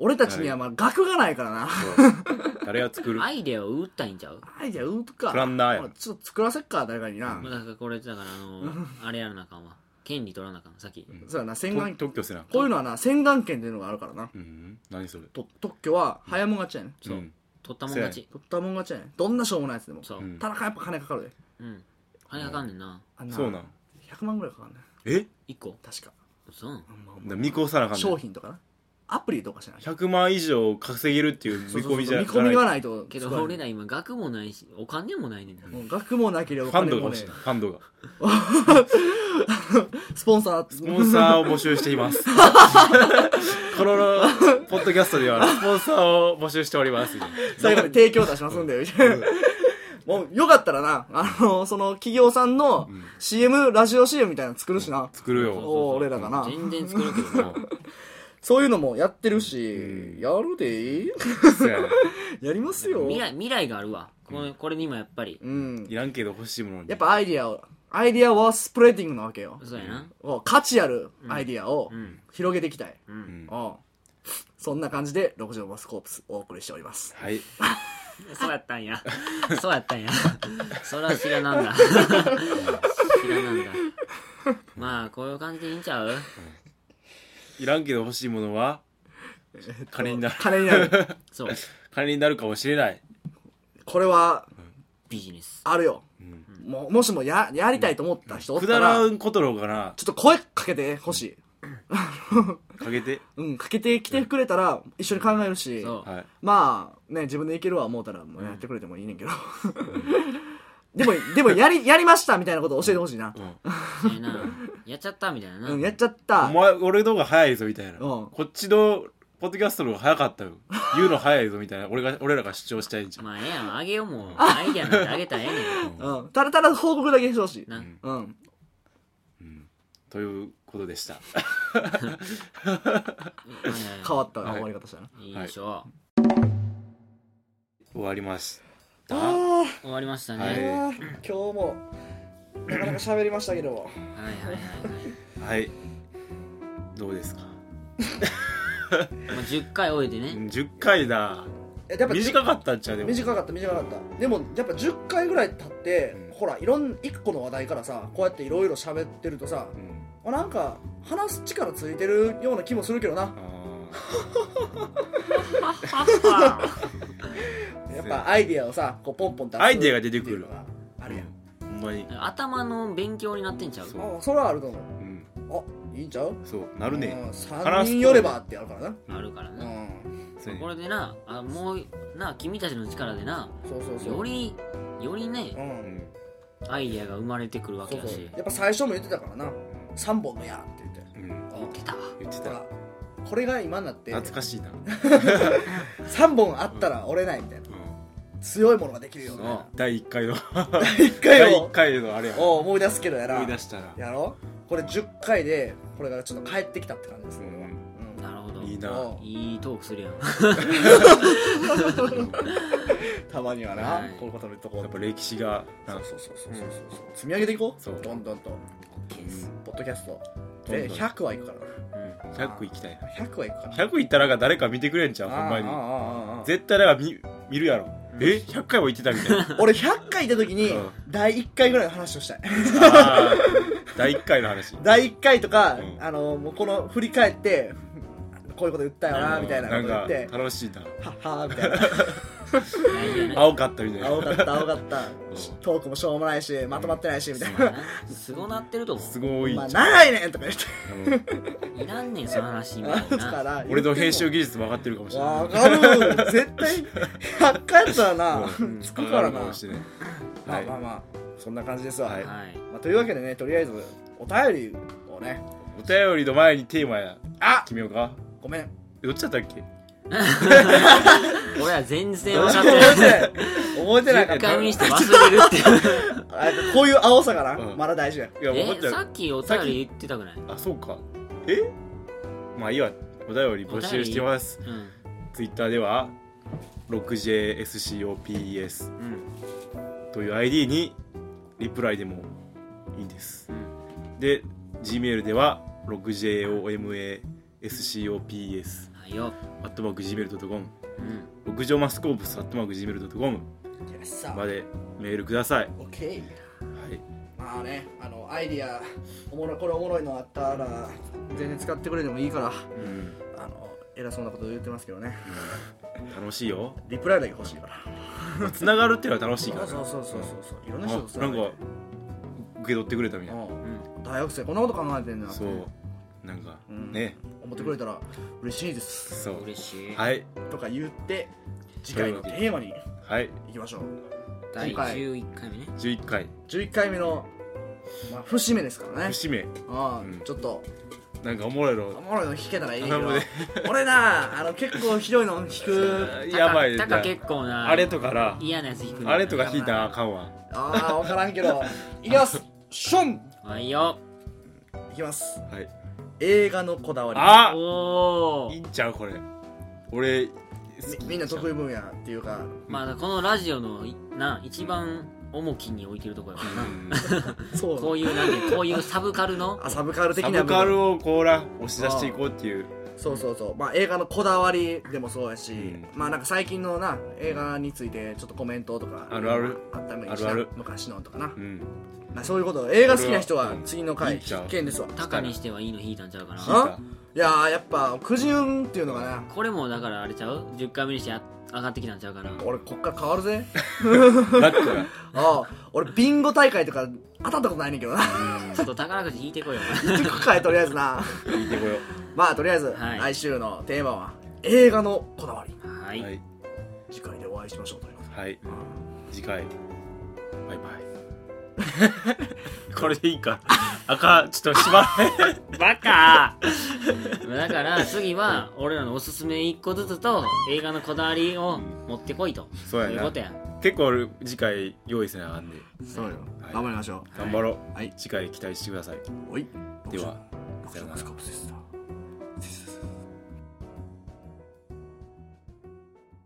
Speaker 3: 俺たちにはまあ額がないからな
Speaker 2: そう誰が作る
Speaker 1: アイデアを打ったいんちゃう
Speaker 3: アイデアうーとか
Speaker 2: プランナーや
Speaker 3: ほらちょっと作らせっか誰かにな、
Speaker 1: まあだからこれだからあのあれやらなあかんわ権利取らなあかんさっき
Speaker 3: そうやな洗
Speaker 2: と
Speaker 3: 顔
Speaker 2: 特許せな
Speaker 3: こういうのはな洗顔権っていうのがあるからな
Speaker 2: うん何それ
Speaker 3: と特許は早もん勝ちやねん
Speaker 1: そう
Speaker 2: うん
Speaker 1: 取ったもん勝ち
Speaker 3: 取ったもん勝ちやねんどんなしょうもないやつでも
Speaker 1: そう
Speaker 2: うん
Speaker 3: 田中やっぱ金かかるで
Speaker 1: うん金かかんねんな
Speaker 3: あん
Speaker 2: そうなん
Speaker 3: 100万ぐらいかかんねん
Speaker 2: え
Speaker 1: 1個
Speaker 3: 確か、
Speaker 1: そう
Speaker 3: うんまあまあ
Speaker 2: 見越さなあかんねん
Speaker 3: 商品とかなアプリとかしない
Speaker 2: 100万以上稼げるっていう見込みじゃ
Speaker 3: そうそうそう見込みが
Speaker 2: い
Speaker 3: ないと
Speaker 1: け
Speaker 3: すごい
Speaker 1: ど俺ら今額もないしお金もないねんな
Speaker 3: もう額もなければ
Speaker 2: フ
Speaker 3: お
Speaker 2: ァン
Speaker 3: 金
Speaker 2: ドが
Speaker 3: も
Speaker 2: 欲
Speaker 3: ね
Speaker 2: しいファンドが
Speaker 3: スポンサー
Speaker 2: スポンサーを募集してい ますこのポッドキャストではスポンサーを募集しております
Speaker 3: 最後に提供出しますんで、みたいな。もう、よかったらな、あの、その企業さんの CM、ラジオ CM みたいなの作るしな。
Speaker 2: 作る
Speaker 1: そうそう
Speaker 2: よ
Speaker 1: そう
Speaker 3: おー俺らがな
Speaker 1: 全然作るけど な
Speaker 3: そういうのもやってるし
Speaker 2: う、ん
Speaker 3: やるでいい
Speaker 2: そうやね
Speaker 3: やりますよ。
Speaker 1: 未来未来があるわこれこれにもやっぱり
Speaker 3: うん
Speaker 2: い。らんけど欲しいものに
Speaker 3: やっぱアイディアを、アイディアはスプレディングなわけよ。
Speaker 1: そうやな
Speaker 3: お価値あるアイディアを
Speaker 1: うん
Speaker 3: 広げていきたい。
Speaker 1: う
Speaker 2: うんん
Speaker 3: おうそんな感じで、六畳マスコープスお送りしております。
Speaker 2: はい
Speaker 1: そうやったんや そうやったんやそら知ら なんだ知らなんだまあこういう感じでいいんちゃう
Speaker 2: いらんけど欲しいもの は金になる
Speaker 3: 金になる。
Speaker 1: そう
Speaker 2: 金になるかもしれない
Speaker 3: これは、
Speaker 1: ビジネス
Speaker 3: あるよ。
Speaker 2: うん
Speaker 3: もうもしもや、やりたいと思った人おっ
Speaker 2: く
Speaker 3: た
Speaker 2: だ
Speaker 3: ら
Speaker 2: ら、んことの方がな
Speaker 3: ちょっと声かけてほしい。
Speaker 2: かけ て
Speaker 3: うん、かけてきてくれたら一緒に考えるし、
Speaker 1: そう
Speaker 2: はい
Speaker 3: まあね、自分でいけるわ思うたらもうやってくれてもいいねんけど。 でも、でもやり、やりましたみたいなこと教えてほしいな
Speaker 2: う。ん
Speaker 1: そうやなやっちゃったみたいなな
Speaker 3: うん、やっちゃった
Speaker 2: お。前俺の方が早いぞみたいな、
Speaker 3: うん
Speaker 2: こっちのポッドキャストの方が早か ったよ言うの早いぞみたいな俺が俺らが主張したいんじゃん
Speaker 1: まあええやんあげようもうアイデアなんてあげたらええね
Speaker 3: うん、ただただ報告だけしてほしい
Speaker 1: ん。な
Speaker 3: うん。
Speaker 2: ということでした
Speaker 3: 変わった
Speaker 2: はい
Speaker 3: 終わり方したな。
Speaker 1: いいでしょ
Speaker 2: 終わりまし
Speaker 3: あ
Speaker 2: た
Speaker 3: あ
Speaker 1: う終わりましたねは
Speaker 2: はいい
Speaker 3: ー、あー今日も、なかなか喋りましたけども。
Speaker 1: はいはいはい
Speaker 2: はいどうですか
Speaker 1: まあ10回終えてね
Speaker 2: 10回だ
Speaker 3: えやっぱ
Speaker 2: 短かったんちゃうでも
Speaker 3: 短かった短かったでもやっぱ10回ぐらい経って、
Speaker 2: うん
Speaker 3: ほらいろん1個の話題からさこうやっていろいろ喋ってるとさ
Speaker 2: うん
Speaker 3: あなんか話す力ついてるような気もするけどな
Speaker 2: あ
Speaker 3: やっぱアイディアをさこうポンポン出す
Speaker 2: アイデアが出てくる
Speaker 3: っていうのがあるやん、
Speaker 2: ーほんまに
Speaker 1: 頭の勉強になってんちゃう
Speaker 2: そう
Speaker 3: あそれはあると思
Speaker 2: うん
Speaker 3: うあいいんちゃう
Speaker 2: そうなるね
Speaker 3: 3人寄ればってあるからな
Speaker 1: あるから
Speaker 3: う
Speaker 1: なん
Speaker 2: そうや
Speaker 1: こ
Speaker 2: ね
Speaker 1: れでなあもうな君たちの力でな
Speaker 3: そうそうそう
Speaker 1: よりよりね
Speaker 3: うん
Speaker 2: うん
Speaker 1: アイデアが生まれてくるわ
Speaker 3: そ
Speaker 1: け
Speaker 3: う
Speaker 1: や
Speaker 3: そう
Speaker 1: し
Speaker 3: やっぱ最初も言ってたからな3本の矢って言って
Speaker 2: うん
Speaker 3: あ
Speaker 1: 言ってた
Speaker 2: 言って
Speaker 3: ほ
Speaker 2: た
Speaker 3: らこれが今になって
Speaker 2: 懐かしいな、
Speaker 3: 3本あったら折れないみたいな強いものができるよみたいな
Speaker 2: 第1回の
Speaker 3: 一回
Speaker 2: 第
Speaker 3: を
Speaker 2: 1回のあれや
Speaker 3: を思い出すけどやら
Speaker 2: 思い出したら
Speaker 3: やろこれ10回でこれがちょっと帰ってきたって感じです
Speaker 2: う
Speaker 3: ね、
Speaker 2: ん
Speaker 3: うん
Speaker 1: なるほど
Speaker 2: いいな
Speaker 3: おう
Speaker 1: いいトークするやん
Speaker 3: たまにはな、
Speaker 1: はい
Speaker 3: こういうことのと こ
Speaker 2: やっぱ歴史が
Speaker 3: そ
Speaker 2: な
Speaker 3: うそうそうそうそうそう積み上げていこう
Speaker 2: そう
Speaker 3: どんどんとポッドキャスト
Speaker 2: どんど
Speaker 3: で
Speaker 2: ん
Speaker 3: 100はいくから
Speaker 2: 100行きたいな
Speaker 3: 100はいくから
Speaker 2: 100行ったらが誰か見てくれんちゃうほんま
Speaker 3: ああ
Speaker 2: に
Speaker 3: ああああ
Speaker 2: 絶対だから見見るやろえ100回も行ってたみたいな
Speaker 3: 俺100回行った時に
Speaker 2: うん
Speaker 3: 第1回ぐらいの話をしたい
Speaker 2: あー第1回の話
Speaker 3: 第1回とか、
Speaker 2: うん
Speaker 3: あのもうこの振り返ってこういうこと言ったよなみたいなこと言って
Speaker 2: んか楽しいな
Speaker 3: はっはーみたいな
Speaker 2: 青かったみたいな
Speaker 3: 青 かった青かったトークもしょうもないしまとまってないしみたいな
Speaker 1: すごなってると思
Speaker 2: すごい
Speaker 3: まあ長いねんとか言って
Speaker 1: ういらんねんその話みた
Speaker 3: なん
Speaker 1: い
Speaker 3: か
Speaker 1: な
Speaker 3: な
Speaker 2: 俺の編集技術も上がってるかもしれない
Speaker 3: わかる絶対100回やったらな
Speaker 2: うん
Speaker 3: つくから
Speaker 2: 上がる
Speaker 3: な
Speaker 2: もしれない
Speaker 3: ま
Speaker 2: は
Speaker 3: あ
Speaker 2: い
Speaker 3: まあまあそんな感じですわ
Speaker 2: はい
Speaker 1: はい
Speaker 3: まあというわけでねとりあえずお便りをね
Speaker 2: お便りの前にテーマや
Speaker 3: あ
Speaker 2: 決めようか
Speaker 3: ごめん
Speaker 2: どっちだったっけ
Speaker 1: 俺は全然 分
Speaker 3: 覚
Speaker 1: かって
Speaker 3: えて
Speaker 1: ない
Speaker 3: ない覚えてないか
Speaker 1: 1
Speaker 3: ら
Speaker 1: 回目にして忘れるっていう
Speaker 3: あこういう青さがな、
Speaker 2: うん
Speaker 3: まだ大事や
Speaker 2: いや分かっ
Speaker 1: え
Speaker 2: た
Speaker 1: さっきお便り言ってたくない
Speaker 2: あそうかえまあいいわお便り募集してます
Speaker 1: うん
Speaker 2: ツイッターでは 6JSCOPES
Speaker 1: うん
Speaker 2: という ID にリプライでもいいんです
Speaker 1: うん
Speaker 2: で Gmail では 6JOMASCOPES
Speaker 1: はいよ
Speaker 2: アットマーク Gmail.com
Speaker 1: うん
Speaker 2: 六条マスコープスアットマーク Gmail.com
Speaker 3: さ
Speaker 2: までメールください、は
Speaker 3: オッケー
Speaker 2: い、
Speaker 3: まあねあのアイディアおもろいこれおもろいのあったら全然使ってくれてもいいから
Speaker 2: うん、
Speaker 3: あの偉そうなこと言ってますけどね
Speaker 2: 楽しいよ
Speaker 3: リプライだけ欲しいから
Speaker 2: つながるっていうのは楽しいから
Speaker 3: そうそうそうそうそういろんな人と
Speaker 2: あなんか受け取ってくれたみたいな
Speaker 3: うん
Speaker 1: うん
Speaker 3: 大学生こんなこと考えてんだなっ
Speaker 2: そ
Speaker 3: て
Speaker 2: うなんか
Speaker 3: うん
Speaker 2: ね
Speaker 3: 思ってくれたら嬉しいです
Speaker 2: そう
Speaker 1: 嬉しい
Speaker 2: はい
Speaker 3: とか言って次回のテーマに
Speaker 2: はい
Speaker 3: いきましょう
Speaker 1: 第
Speaker 3: 今回
Speaker 1: 11回目ね
Speaker 2: 11回
Speaker 3: 11回目の、まあ、節目ですからね
Speaker 2: 節目
Speaker 3: ああ、
Speaker 2: うん
Speaker 3: ちょっと
Speaker 2: なんかおもろい
Speaker 3: お
Speaker 2: の
Speaker 3: もろいの弾けたらいいけど
Speaker 2: 頼むね
Speaker 3: 俺なあの結構ひどいの弾 く
Speaker 2: やばい
Speaker 1: たか結構な
Speaker 2: あれとかな
Speaker 1: 嫌なやつ引くの
Speaker 2: あれとか引いたらあかんわ
Speaker 3: ああ分からんけどいきますション
Speaker 1: はいよ
Speaker 3: いきます
Speaker 2: はい
Speaker 3: 映画のこだわり
Speaker 2: あ
Speaker 1: おお
Speaker 2: いいんちゃうこれ俺好
Speaker 3: み
Speaker 2: き
Speaker 3: みんな得意分野っていうか
Speaker 1: まあこのラジオのいな一番重きに置いてるところやからな
Speaker 3: そ
Speaker 1: こういうなんてこういうサブカル の
Speaker 3: あサブカル的
Speaker 2: サブ
Speaker 3: な部分
Speaker 2: カルをこうら押し出していこうっていう
Speaker 3: そうそうそうまあ映画のこだわりでもそうやし、
Speaker 2: うん
Speaker 3: まあなんか最近のな映画についてちょっとコメントとか
Speaker 2: あるある
Speaker 3: あっため
Speaker 2: あるある
Speaker 3: 昔のとかな、
Speaker 2: うん
Speaker 3: まあ、そういうこと映画好きな人
Speaker 2: これ
Speaker 3: は
Speaker 2: はうん
Speaker 3: 次の
Speaker 2: い
Speaker 3: 回
Speaker 2: いんちゃう
Speaker 3: 必見ですわ
Speaker 1: タカにしてはいいの引いたんちゃうか
Speaker 2: 引い
Speaker 1: な
Speaker 2: た
Speaker 3: いやーやっぱくじゅんっていうのがな
Speaker 1: これもだからあれちゃう10回目にしてあ上がってきたんちゃうかな
Speaker 3: 俺こっから変わ るぜ
Speaker 2: ラックが
Speaker 3: ああ俺ビンゴ大会とか当たったことないねんけどな
Speaker 1: ちょっと宝くじ引いてこいよ
Speaker 3: 1個かいとりあえずな
Speaker 2: 引いてこよ
Speaker 3: まあとりあえず、
Speaker 1: はい
Speaker 3: 来週のテーマは映画のこだわり
Speaker 1: は
Speaker 2: う
Speaker 1: い、
Speaker 2: はい
Speaker 3: 次回でお会いしましょうということで
Speaker 2: はい次回バイバイ これでいいかあかんちょっとしまら ない
Speaker 1: バカ だから次は俺らのおすすめ1個ずつと映画のこだわりを持ってこいと
Speaker 2: そうやな
Speaker 1: いうことや
Speaker 2: 結構俺次回用意せなあかんで
Speaker 3: そうよ、
Speaker 2: はい
Speaker 3: 頑張りましょ
Speaker 2: 頑張ろう、
Speaker 3: はい
Speaker 2: 次回期待してくださいう
Speaker 3: おい
Speaker 2: では
Speaker 3: 六条六条マスコップスでした。